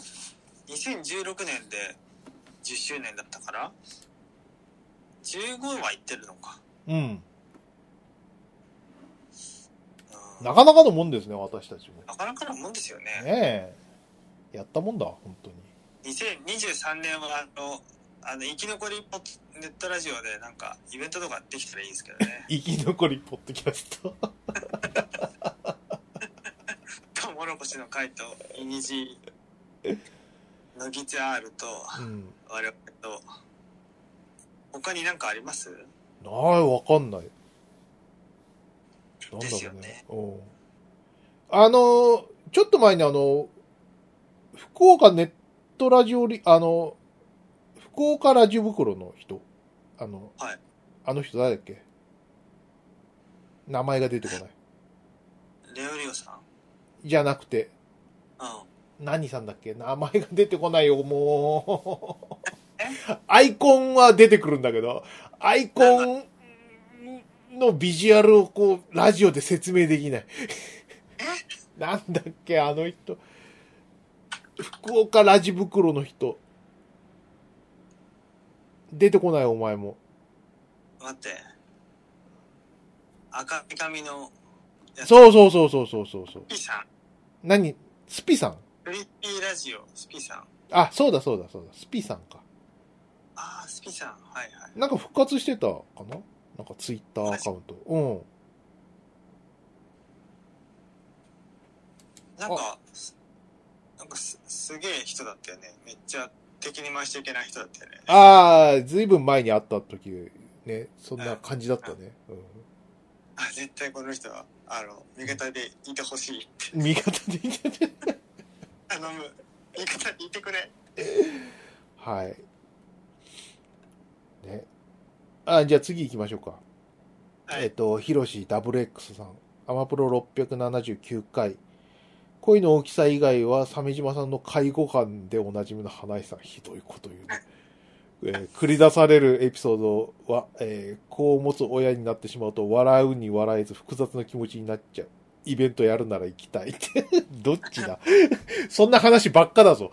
A: 2016年で10周年だったから、15は行ってるのか。
B: うん。
A: うん
B: なかなかのもんですね、私たちも。
A: なかなかなもんですよね。
B: ねえ。やったもんだ、本当に。。
A: 2023年はあの、あの、生き残りポッネットラジオでなんかイベントとかできたらいいですけどね
B: 生き残りポッドキャスト。
A: トウモロコシの会と、イニジ、ノギツアールと、
B: うん。
A: 我々と、他になんかあります
B: ない、わかんない。なんだ
A: ですよ
B: ろうね
A: ね。
B: うんあの、ちょっと前にあの、福岡ネットラジオリ、あの、福岡ラジ袋の人。あの、
A: はい
B: あの人誰だっけ名前が出てこない。
A: レオリオさん
B: じゃなくて、
A: うん。
B: 何さんだっけ名前が出てこないよ、もう。アイコンは出てくるんだけど、アイコンのビジュアルをこう、ラジオで説明できない。なんだっけ、あの人。福岡ラジ袋の人。出てこない、お前も。
A: 待って。赤い髪の、
B: そうそうそうそうそうそうそう。
A: ピさん。
B: 何スピさん
A: フリッピーラジオ、スピさん。
B: あ、そうだそうだそうだ。スピさんか。
A: ああ、スピさん。はいはい。
B: なんか復活してたかななんかツイッターアカウント。うん。
A: なんか、すなんかすすげえ人だったよね。めっちゃ敵に回しちゃいけない人だったよね。
B: ああ、ずいぶん前に会った時、ね、そんな感じだったね。
A: あ、絶対この人は、あの、味方でいてほしい。
B: うん、味方でいてて。
A: 頼む。味方でいてくれ。
B: はい。ね。あ、じゃあ次行きましょうか。
A: は
B: えっ
A: い。
B: と、ヒロシ WX さん。アマプロ679回。恋の大きさ以外は、鮫島さんの介護官でおなじみの花井さん。ひどいこと言うね。えー繰り出されるエピソードは、えー子を持つ親になってしまうと、笑うに笑えず複雑な気持ちになっちゃう。イベントやるなら行きたいって。 どっち だそんな話ばっかだぞ。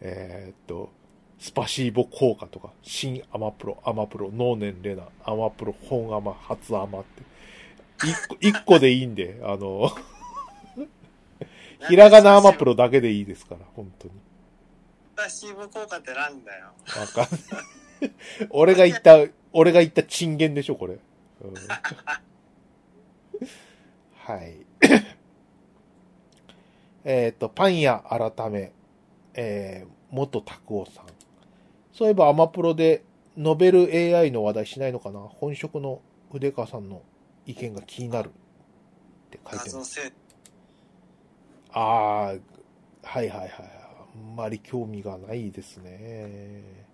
B: えーっと。スパシーボ効果とか、新アマプロ、アマプロ、能年レナ、アマプロ、本アマ、初アマって。一個、一個でいいんで、あの、ひらがなアマプ
A: ロ。
B: ロだけでいいですから、本当に。
A: パッシブ効果ってなんだよ。
B: わかんない。 俺が言った、俺が言ったチンゲンでしょ、これ。うん はい。 えっと、パン屋改め、えー、元拓夫さん。そういえばアマプロでノベル AI の話題しないのかな本職の筆川さんの意見が気になるって書いてます
A: 謎。性。
B: ああ、はいはいはいはい。あんまり興味がないですね。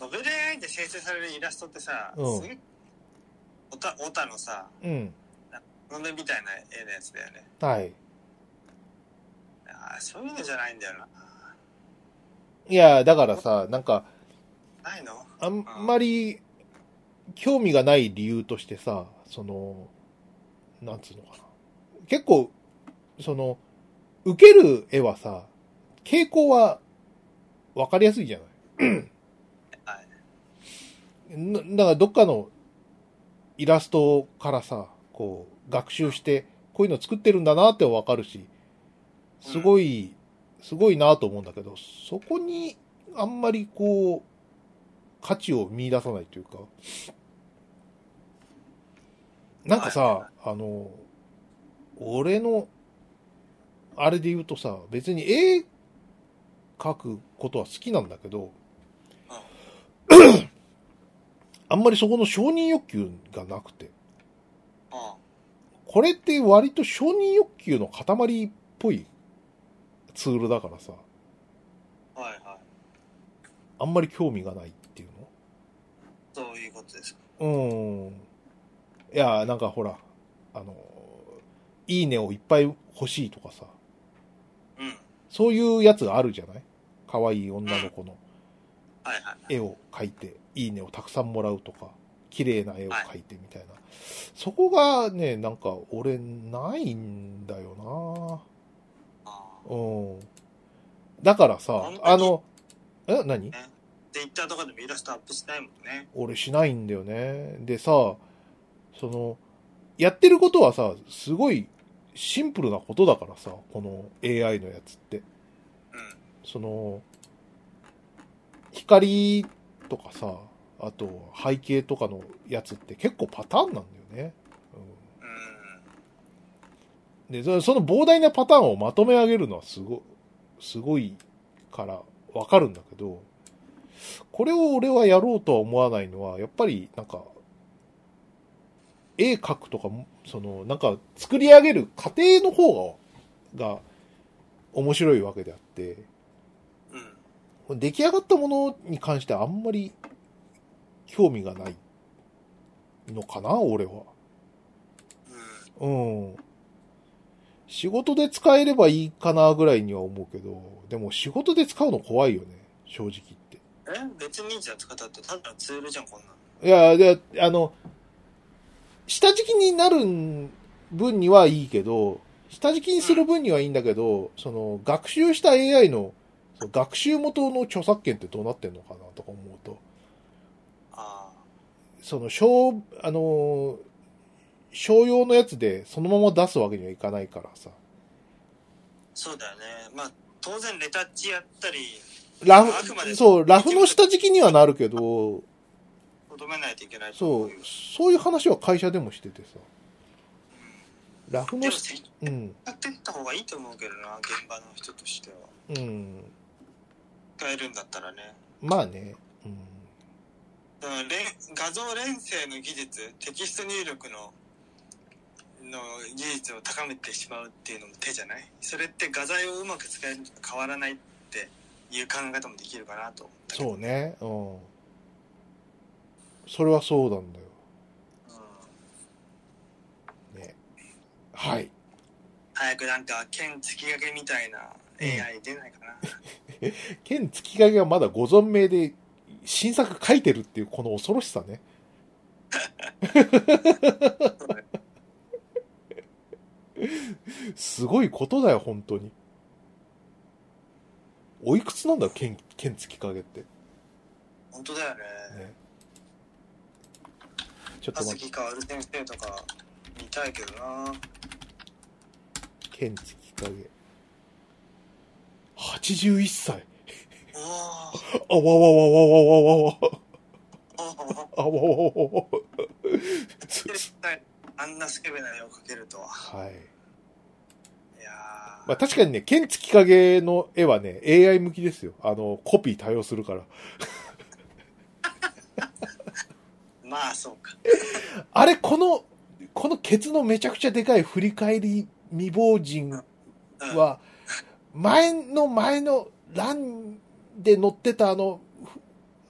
A: ノベル AI で生成されるイラストってさ、
B: うん
A: すげえオタ、オタのさ、
B: うん。
A: ノベみたいな絵のやつだよね。
B: はい。
A: ああ、そういうのじゃないんだよ
B: いや、だからさ、なんか、
A: な。ないの
B: あんまり興味がない理由としてさ、その、なんつうのかな。結構、その、受ける絵はさ、傾向は分かりやすいじゃない
A: は
B: なだからどっかのイラストからさ、こう、学習して、こういうの作ってるんだなってわかるし、すごい、すごいなと思うんだけど、そこにあんまりこう、価値を見出さないというか、なんかさ、あの、俺の、あれで言うとさ、別に絵描くことは好きなんだけど、 あんまりそこの承認欲求がなくて。
A: う
B: これって割と承認欲求の塊っぽいツールだからさ、
A: ん。はいはい。
B: あんまり興味がないっていう
A: そういうことですか。
B: の。うん。いや、なんかほら、あの、いいねをいっぱい欲しいとかさ、
A: うん。はい
B: そういうやつがあるじゃない可愛い女の子の
A: はい。
B: 絵を描いて、いいねをたくさんもらうとか、綺麗な絵を描いてみたいな。そこがね、なんか俺ないんだよな
A: ああ。
B: うん。だからさ
A: 本、当に
B: あの、え、何
A: で、イッターとかでもイラストアップしないもんね。
B: 俺しないんだよね。でさ、その、やってることはさ、すごいシンプルなことだからさ、この AI のやつって。
A: うん。
B: その、光とかさ、あと背景とかのやつって結構パターンなんだよね。
A: うん。
B: うん、でそ、その膨大なパターンをまとめ上げるのはすご、すごいからわかるんだけど、これを俺はやろうとは思わないのは、やっぱりなんか、絵描くとかも、その、なんか作り上げる過程の方が、が面白いわけであって、
A: うん。
B: 出来上がったものに関してあんまり興味がないのかな、俺は。
A: うん。
B: うん。仕事で使えればいいかなぐらいには思うけど、でも仕事で使うの怖いよね、正直言って。
A: え別にいいじゃん、使ったって。ただのツールじゃん、こんなの。
B: いや、で、あの、下敷きになる分にはいいけど、下敷きにする分にはいいんだけど、その、学習した AI の、その学習元の著作権ってどうなってんのかなとか思うと、
A: あ
B: その、商、あのー、商用のやつでそのまま出すわけにはいかないからさ。
A: あ。そうだよね。まあ、当然、レタッチやったり、
B: ラ
A: あくま
B: フ、
A: で
B: そう、ラフの下敷きにはなるけど、
A: とどめないといけないと
B: そ
A: 思
B: う
A: うよ。、
B: そういう話は会社でもしててさ。ラフ
A: で
B: の
A: も、
B: し、
A: せや
B: うん、
A: ってった方がいいと思うけどな、現場の人としては。
B: うん。
A: 使えるんだったらね。
B: まあね、うん。
A: だかられん画像連成の技術、テキスト入力の、の技術を高めてしまうっていうのも手じゃないそれって画材をうまく使えるのと変わらないっていう考え方もできるかなと思ったけど
B: そうね、うん。それはそうなんだよ。
A: うん
B: ね。はい。
A: 早くなんか剣突き掛けみたいな AI 出ないかな、
B: 剣月影はまだご存命で、新作書いてるっていうこの恐ろしさね。すごいことだよ、本当に。おいくつなんだよ、剣、剣月影って。
A: 本当だよね
B: ね。ちょっ
A: 葉
B: と待って、
A: 月薫先生とか見たいけどな
B: 剣月影。81歳。
A: おおー
B: あわわわわわわわわ。
A: おー
B: あわわわわわ。
A: 絶対あんなスケベな絵を描けるとは
B: はい。
A: いやー、
B: まあ確かにね、剣月影の絵はね、AI 向きですよ。あの、コピー対応するから。
A: まあそうか
B: あれ、この、このケツのめちゃくちゃでかい振り返り未亡人
A: うん
B: は、前の前の欄で載ってたあの、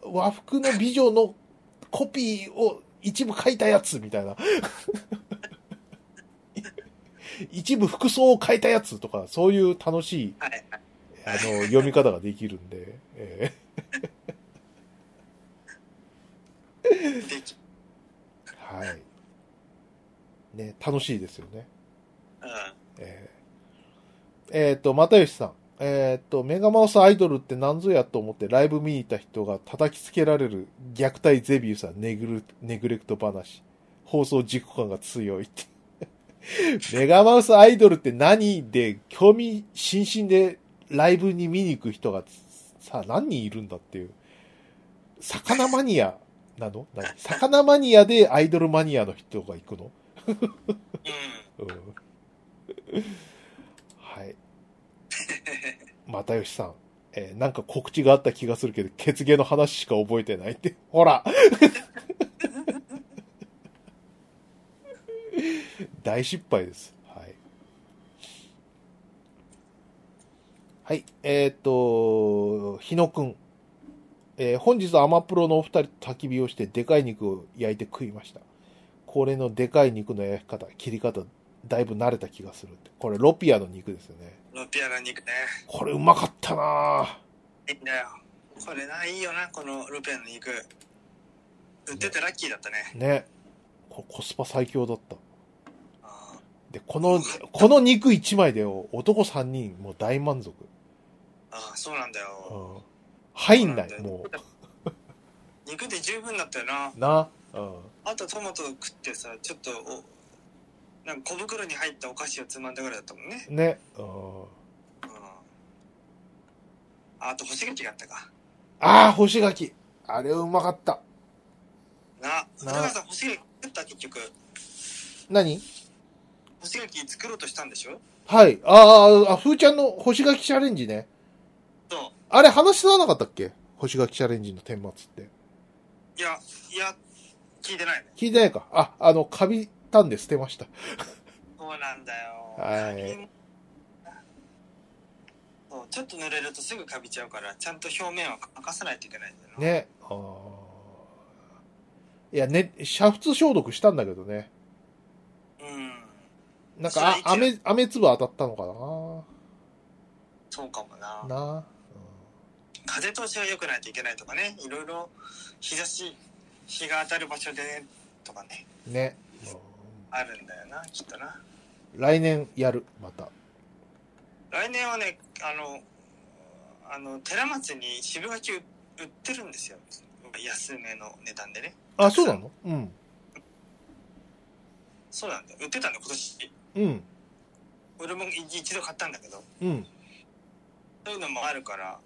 B: ふ和服の美女のコピーを一部書いたやつみたいな。 一部服装を変えたやつとか、そういう楽しい、
A: はいはい
B: あの、読み方ができるんで、え
A: でき
B: ーはい。ね、楽しいですよね。
A: うん
B: えーえーと、又吉さん。えーと、メガマウスアイドルって何ぞやと思ってライブ見に行った人が叩きつけられる虐待ゼビウさんネグルネグレクト話。放送自己感が強いって。 メガマウスアイドルって何で興味津々でライブに見に行く人がさ、何人いるんだっていう。魚マニアなの何魚マニアでアイドルマニアの人が行くの
A: うん
B: うんはい。又吉さん。えーなんか告知があった気がするけど、血芸の話しか覚えてないって。ほら 大失敗です。はい。はい。えーっ、と、日野くん。えー本日アマプロのお二人と焚き火をして、でかい肉を焼いて食いました。これのでかい肉の焼き方、切り方、だいぶ慣れた気がするって。これ、ロピアの肉ですよね。
A: ロピアの肉ね
B: これ、うまかったなぁ。
A: いいんだよこれないいよなこのロピアの肉売っててラッキーだったね
B: ね。こコスパ最強だった。
A: あー
B: で、この、この肉1枚でよ男3人、もう大満足。
A: あーそうなんだ
B: う
A: よ
B: ん。入んな
A: そ
B: い、
A: うだよ
B: も
A: 肉で十分だったよな
B: う。な。うん。
A: あとトマトを食ってさちょっとおなんか小袋に入ったお菓子をつまんだぐらいだったもんね
B: ね。うん。
A: うんあと干し柿があったか
B: ああ、干し柿。あれ、うまかった。
A: な高橋さん干し柿作った結局
B: 何
A: 干し柿作ろうとしたんでしょ
B: はい。あーあ、ふーちゃんの干し柿チャレンジね。
A: そ
B: あれ、話し合わなかったっけ干し柿チャレンジの顛末って。
A: ういやいや聞いてないね
B: 聞いてないか。あ、あの、カビたんで捨てました。
A: そうなんだよ
B: はい
A: そうちょっと濡れるとすぐかびちゃうからちゃんと表面は乾かさないといけないんだよな、
B: ね。あーいや、ね、煮沸消毒したんだけどね。
A: うん
B: なんか、あ、
A: それ
B: 雨、雨粒当たったの
A: そうかもな
B: かなな、
A: 風通しが良くないといけないとかねいろいろ日差し日が当たる場所でねとかね
B: うんね。
A: あるんだよなきっとな
B: 来年やる、また。
A: 来年はねあのあの寺町に渋柿売ってるんですよ安めの値段でね
B: あ、そうなのうん。
A: そうなんだよ売ってたんだよ今年
B: うん。
A: 俺も一度買ったんだけど
B: うん。
A: そういうのもあるから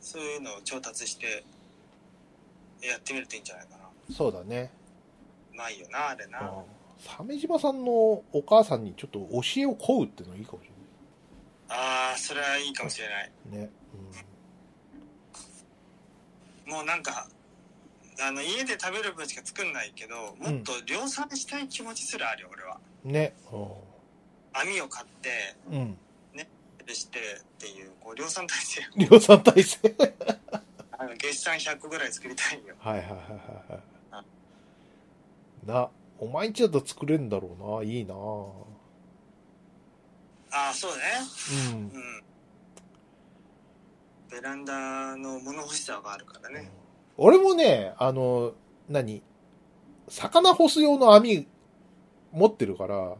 A: そういうのを調達してやってみるといいんじゃないかな
B: そうだね。
A: うまいよなあれな
B: うん鮫島さんのお母さんにちょっと教えを請うっていうのいいかもし
A: あーそれはいいかもしれない
B: れない。ね。
A: もうなんかあの家で食べる分しか作んないけどもっと量産したい気持ちすらあるよ俺は
B: うん。ね。
A: 網を買って
B: うんうん。
A: してっていうこう量産体制
B: 量産体制。
A: あの月産100個ぐらい作りたいよ
B: はいはいはいはいはい。な、お前んちだと作れんだろうな、いいな。う
A: ああそうねう
B: ん。
A: んベランダの物欲しさがあるからね
B: 俺もね、あの、何魚干す用の網持ってるから、
A: うん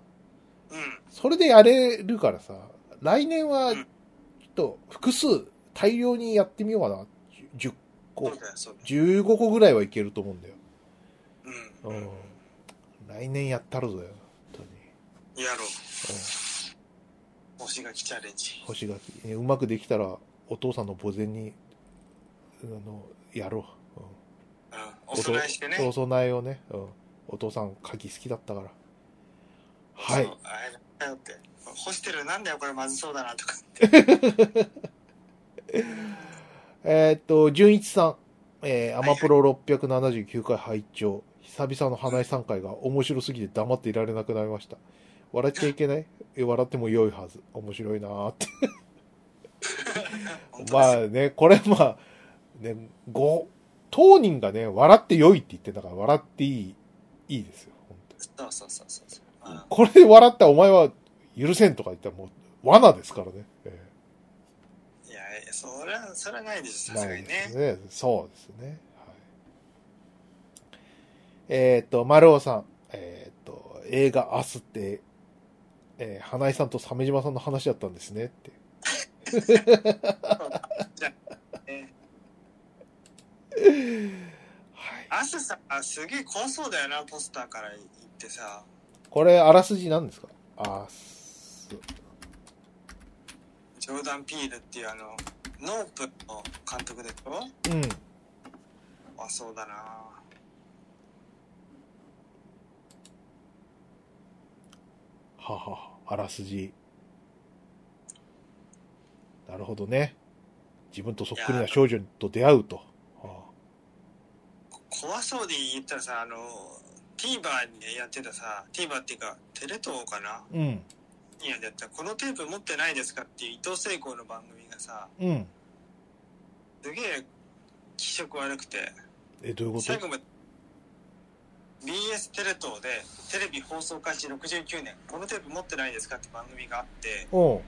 B: それでやれるからさ、来年は、
A: う
B: ちょ
A: ん
B: っと複数、大量にやってみようかな。じゅ
A: そ
B: 10個
A: う、だよそうだよ
B: 15個ぐらいはいけると思うんだよ。
A: う
B: うんん。来年やったるぞよ、本当に。
A: やろう
B: うん
A: 星がきチャレンジ
B: 干し柿、ねうまくできたらお父さんの墓前にあの、やろう。うん
A: うん、お供えしてね。
B: お供えをね、うん。お父さん、鍵好きだったから。はい
A: そう。。あれだよって。ホステルなんだよ、これまずそうだなとか。
B: えーっと、純一さん。えーアマプロ679回拝聴。久々の花井さん会が面白すぎて黙っていられなくなりました。笑っちゃいけないえ笑っても良いはず。面白いなーって。
A: 本当
B: まあね、これまあ、ね、ご、当人がね、笑って良いって言ってんだから、笑っていい、いいですよ。本当に
A: ですそうそうそうそうそう。うん
B: これで笑ったらお前は許せんとか言ったらもう罠ですからね。えー
A: いや、それは、それはないですよ、さすがに
B: ないです
A: ね。
B: ね。そうですね。はい、えーっと、丸尾さん。えーっと、映画明日って、えー花井さんと鮫島さんの話だったんですねって。
A: ね
B: はい。
A: 明日さ、あすげえ怖そうだよな、ポスターから言ってさ。
B: これ、あらすじなんですかあーす。
A: ジョーダン・ピールっていうあの、ノープの監督でしょ
B: うん。
A: あ、そうだな
B: ははは、あらすじ。なるほどね。自分とそっくりな少女と出会うと。は
A: こ怖そうで言ったらさ、あの、TVer でやってたさ、TVer っていうか、テレ東かな
B: あうん、
A: いや、だったらこのテープ持ってないですかっていう伊藤聖光の番組がさ、
B: うん。
A: すげえ気色悪くて、
B: え、どういうこと
A: 最後まで BS テレ東でテレビ放送開始69年、このテープ持ってないですかって番組があって、
B: おう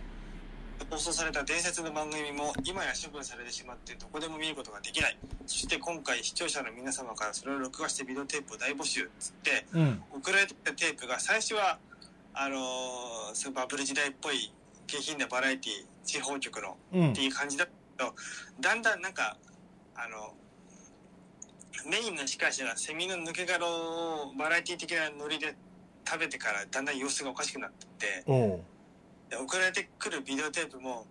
A: 放送された伝説の番組も今や処分されてしまってどこでも見ることができない。そして今回視聴者の皆様からそれを録画してビデオテープを大募集っつって、
B: うん。
A: 送られてきたテープが最初は、あのーそういうバブル時代っぽい下品なバラエティ地方局の
B: うん
A: って。いう感じだけどだんだんなんかあのメインの司会者がセミの抜け殻をバラエティ的なノリで食べてからだんだん様子がおかしくなってって
B: うん。
A: で送られてくるビデオテープも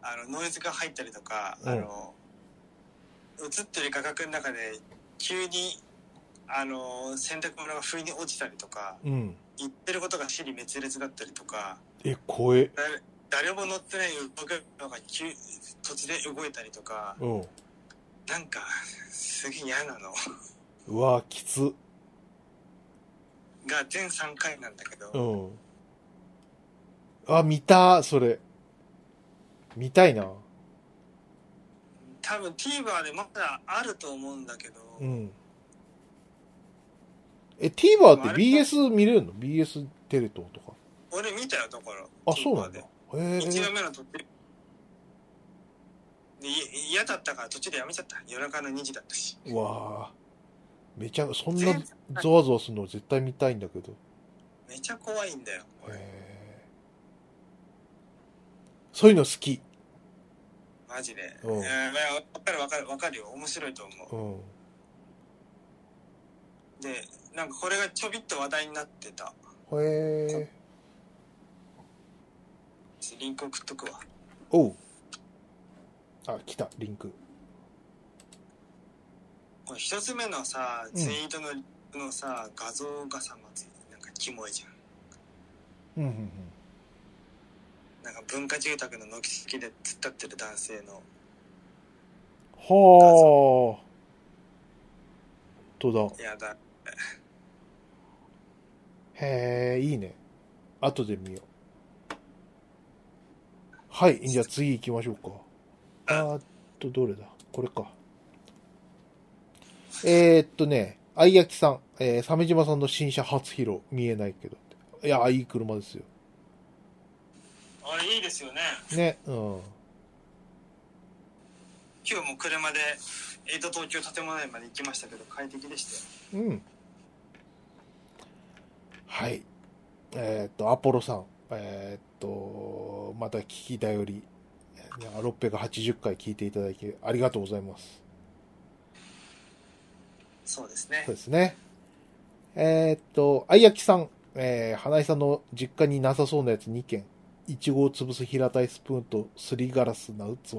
A: あのノイズが入ったりとか、
B: うん
A: あの映ってる画角の中で急にあの洗濯物が不意に落ちたりとか
B: うん。
A: 言ってることが死に滅裂だったりとか。
B: え、怖え。
A: 誰誰も乗ってない僕のが急突然動いたりとか
B: うん。
A: なんかすげえ嫌なの
B: うわきつ。
A: が全3回なんだけど、
B: うん。あ、見た、それ。見たいな。
A: 多分 TVer でまだあると思うんだけど、
B: うん。え、TVer って
A: あれ
B: BS 見れるの ?BS テレ東とか。
A: 俺見たよだから
B: あ、そうなん
A: で
B: だ。へえ。
A: 1話目の途中でい嫌だったから途中でやめちゃった夜中の2時だったし
B: うわぁ。めちゃ、そんな
A: 全
B: ゾワゾワするの絶対見たいんだけど。
A: めちゃ怖いんだよ
B: へ
A: 俺
B: え。そういうの好き。
A: マジで、
B: うん
A: うんいや分かる分かる分かるよ面白いと思う
B: うん。
A: でなんかこれがちょびっと話題になってた
B: へえ。
A: リンク送っとくわ
B: おう。あ、来た、リンク。
A: これ一つ目のさ
B: うん
A: ツイートの,、のさ画像がさまずなんかキモいじゃん
B: うん、うん、うん。
A: なんか文化住宅の軒先で突っ立ってる男性の
B: はあ。とだ。
A: やだ
B: へえ、いいね。後で見よう。はい、じゃあ次行きましょうか。あーっと、どれだこれか。えー、っとね、愛焼さん、えー、鮫島さんの新車初披露、見えないけどって。いやー、いい車ですよ。
A: あれいいですよね
B: ね、うん。
A: 今日も車で江戸東京建物内まで行きましたけど快適でしたよ
B: うん。はい。えーっと、アポロさん。えーっと、また聞き頼り。ロッペが80回聞いていただき、ありがとうございます。
A: そうですね
B: そうですね。えーっと、あいやきさん。えー、花井さんの実家になさそうなやつ2件。いちごを潰す平たいスプーンとすりガラスな器。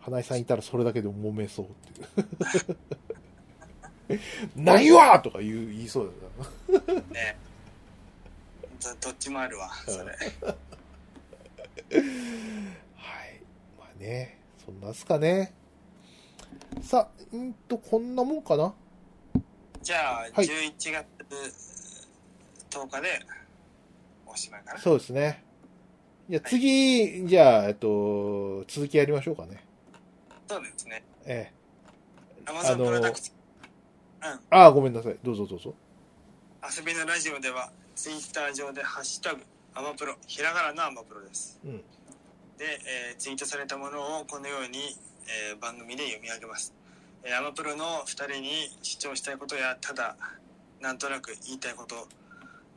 B: 花井さんいたらそれだけで揉めそうっていう。 何はとか言う言いそうだな。
A: ねどどっちもあるわそれ
B: はい。まあね、そんなっすかね。さあ、んーと、こんなもんかな
A: じゃあ、
B: はい
A: 11月10日でおしまいかな
B: そうですね。じゃあ次、じゃあ、えっと、続きやりましょうかね。
A: そうですね
B: ええ。
A: アマゾンプロダクツ
B: ああ、ごめんなさい。どうぞどうぞ。
A: 遊びのラジオではツイッター上で「ハッシュタグアマプロ」ひらがなのアマプロです、
B: うん
A: で、えーツイートされたものをこのように、えー番組で読み上げます、えーアマプロの2人に主張したいことやただなんとなく言いたいこと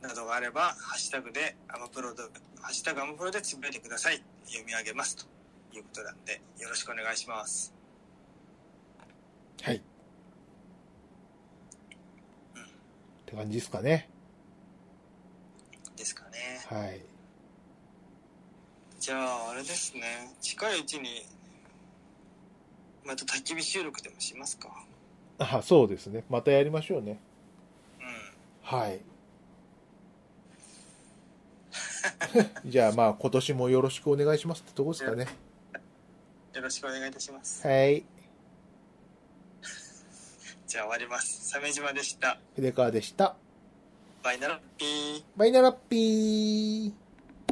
A: などがあれば「ハッシュタグでアマプロで」ハッシュタグアマプロでつぶやいてください読み上げますということなんでよろしくお願いします
B: はい。って感じですかね。
A: ですかね
B: はい。
A: じゃああれですね近いうちにまた焚き火収録でもしますか
B: あそうですね。またやりましょうね。
A: う
B: はい。 じゃあまあ今年もよろしくお願いしますってとこですかね。
A: んよろしくお願いいたします
B: はい。
A: じゃあ終わります鮫島でした
B: 筆川でした。
A: バイナラッピー
B: バイナラッピー。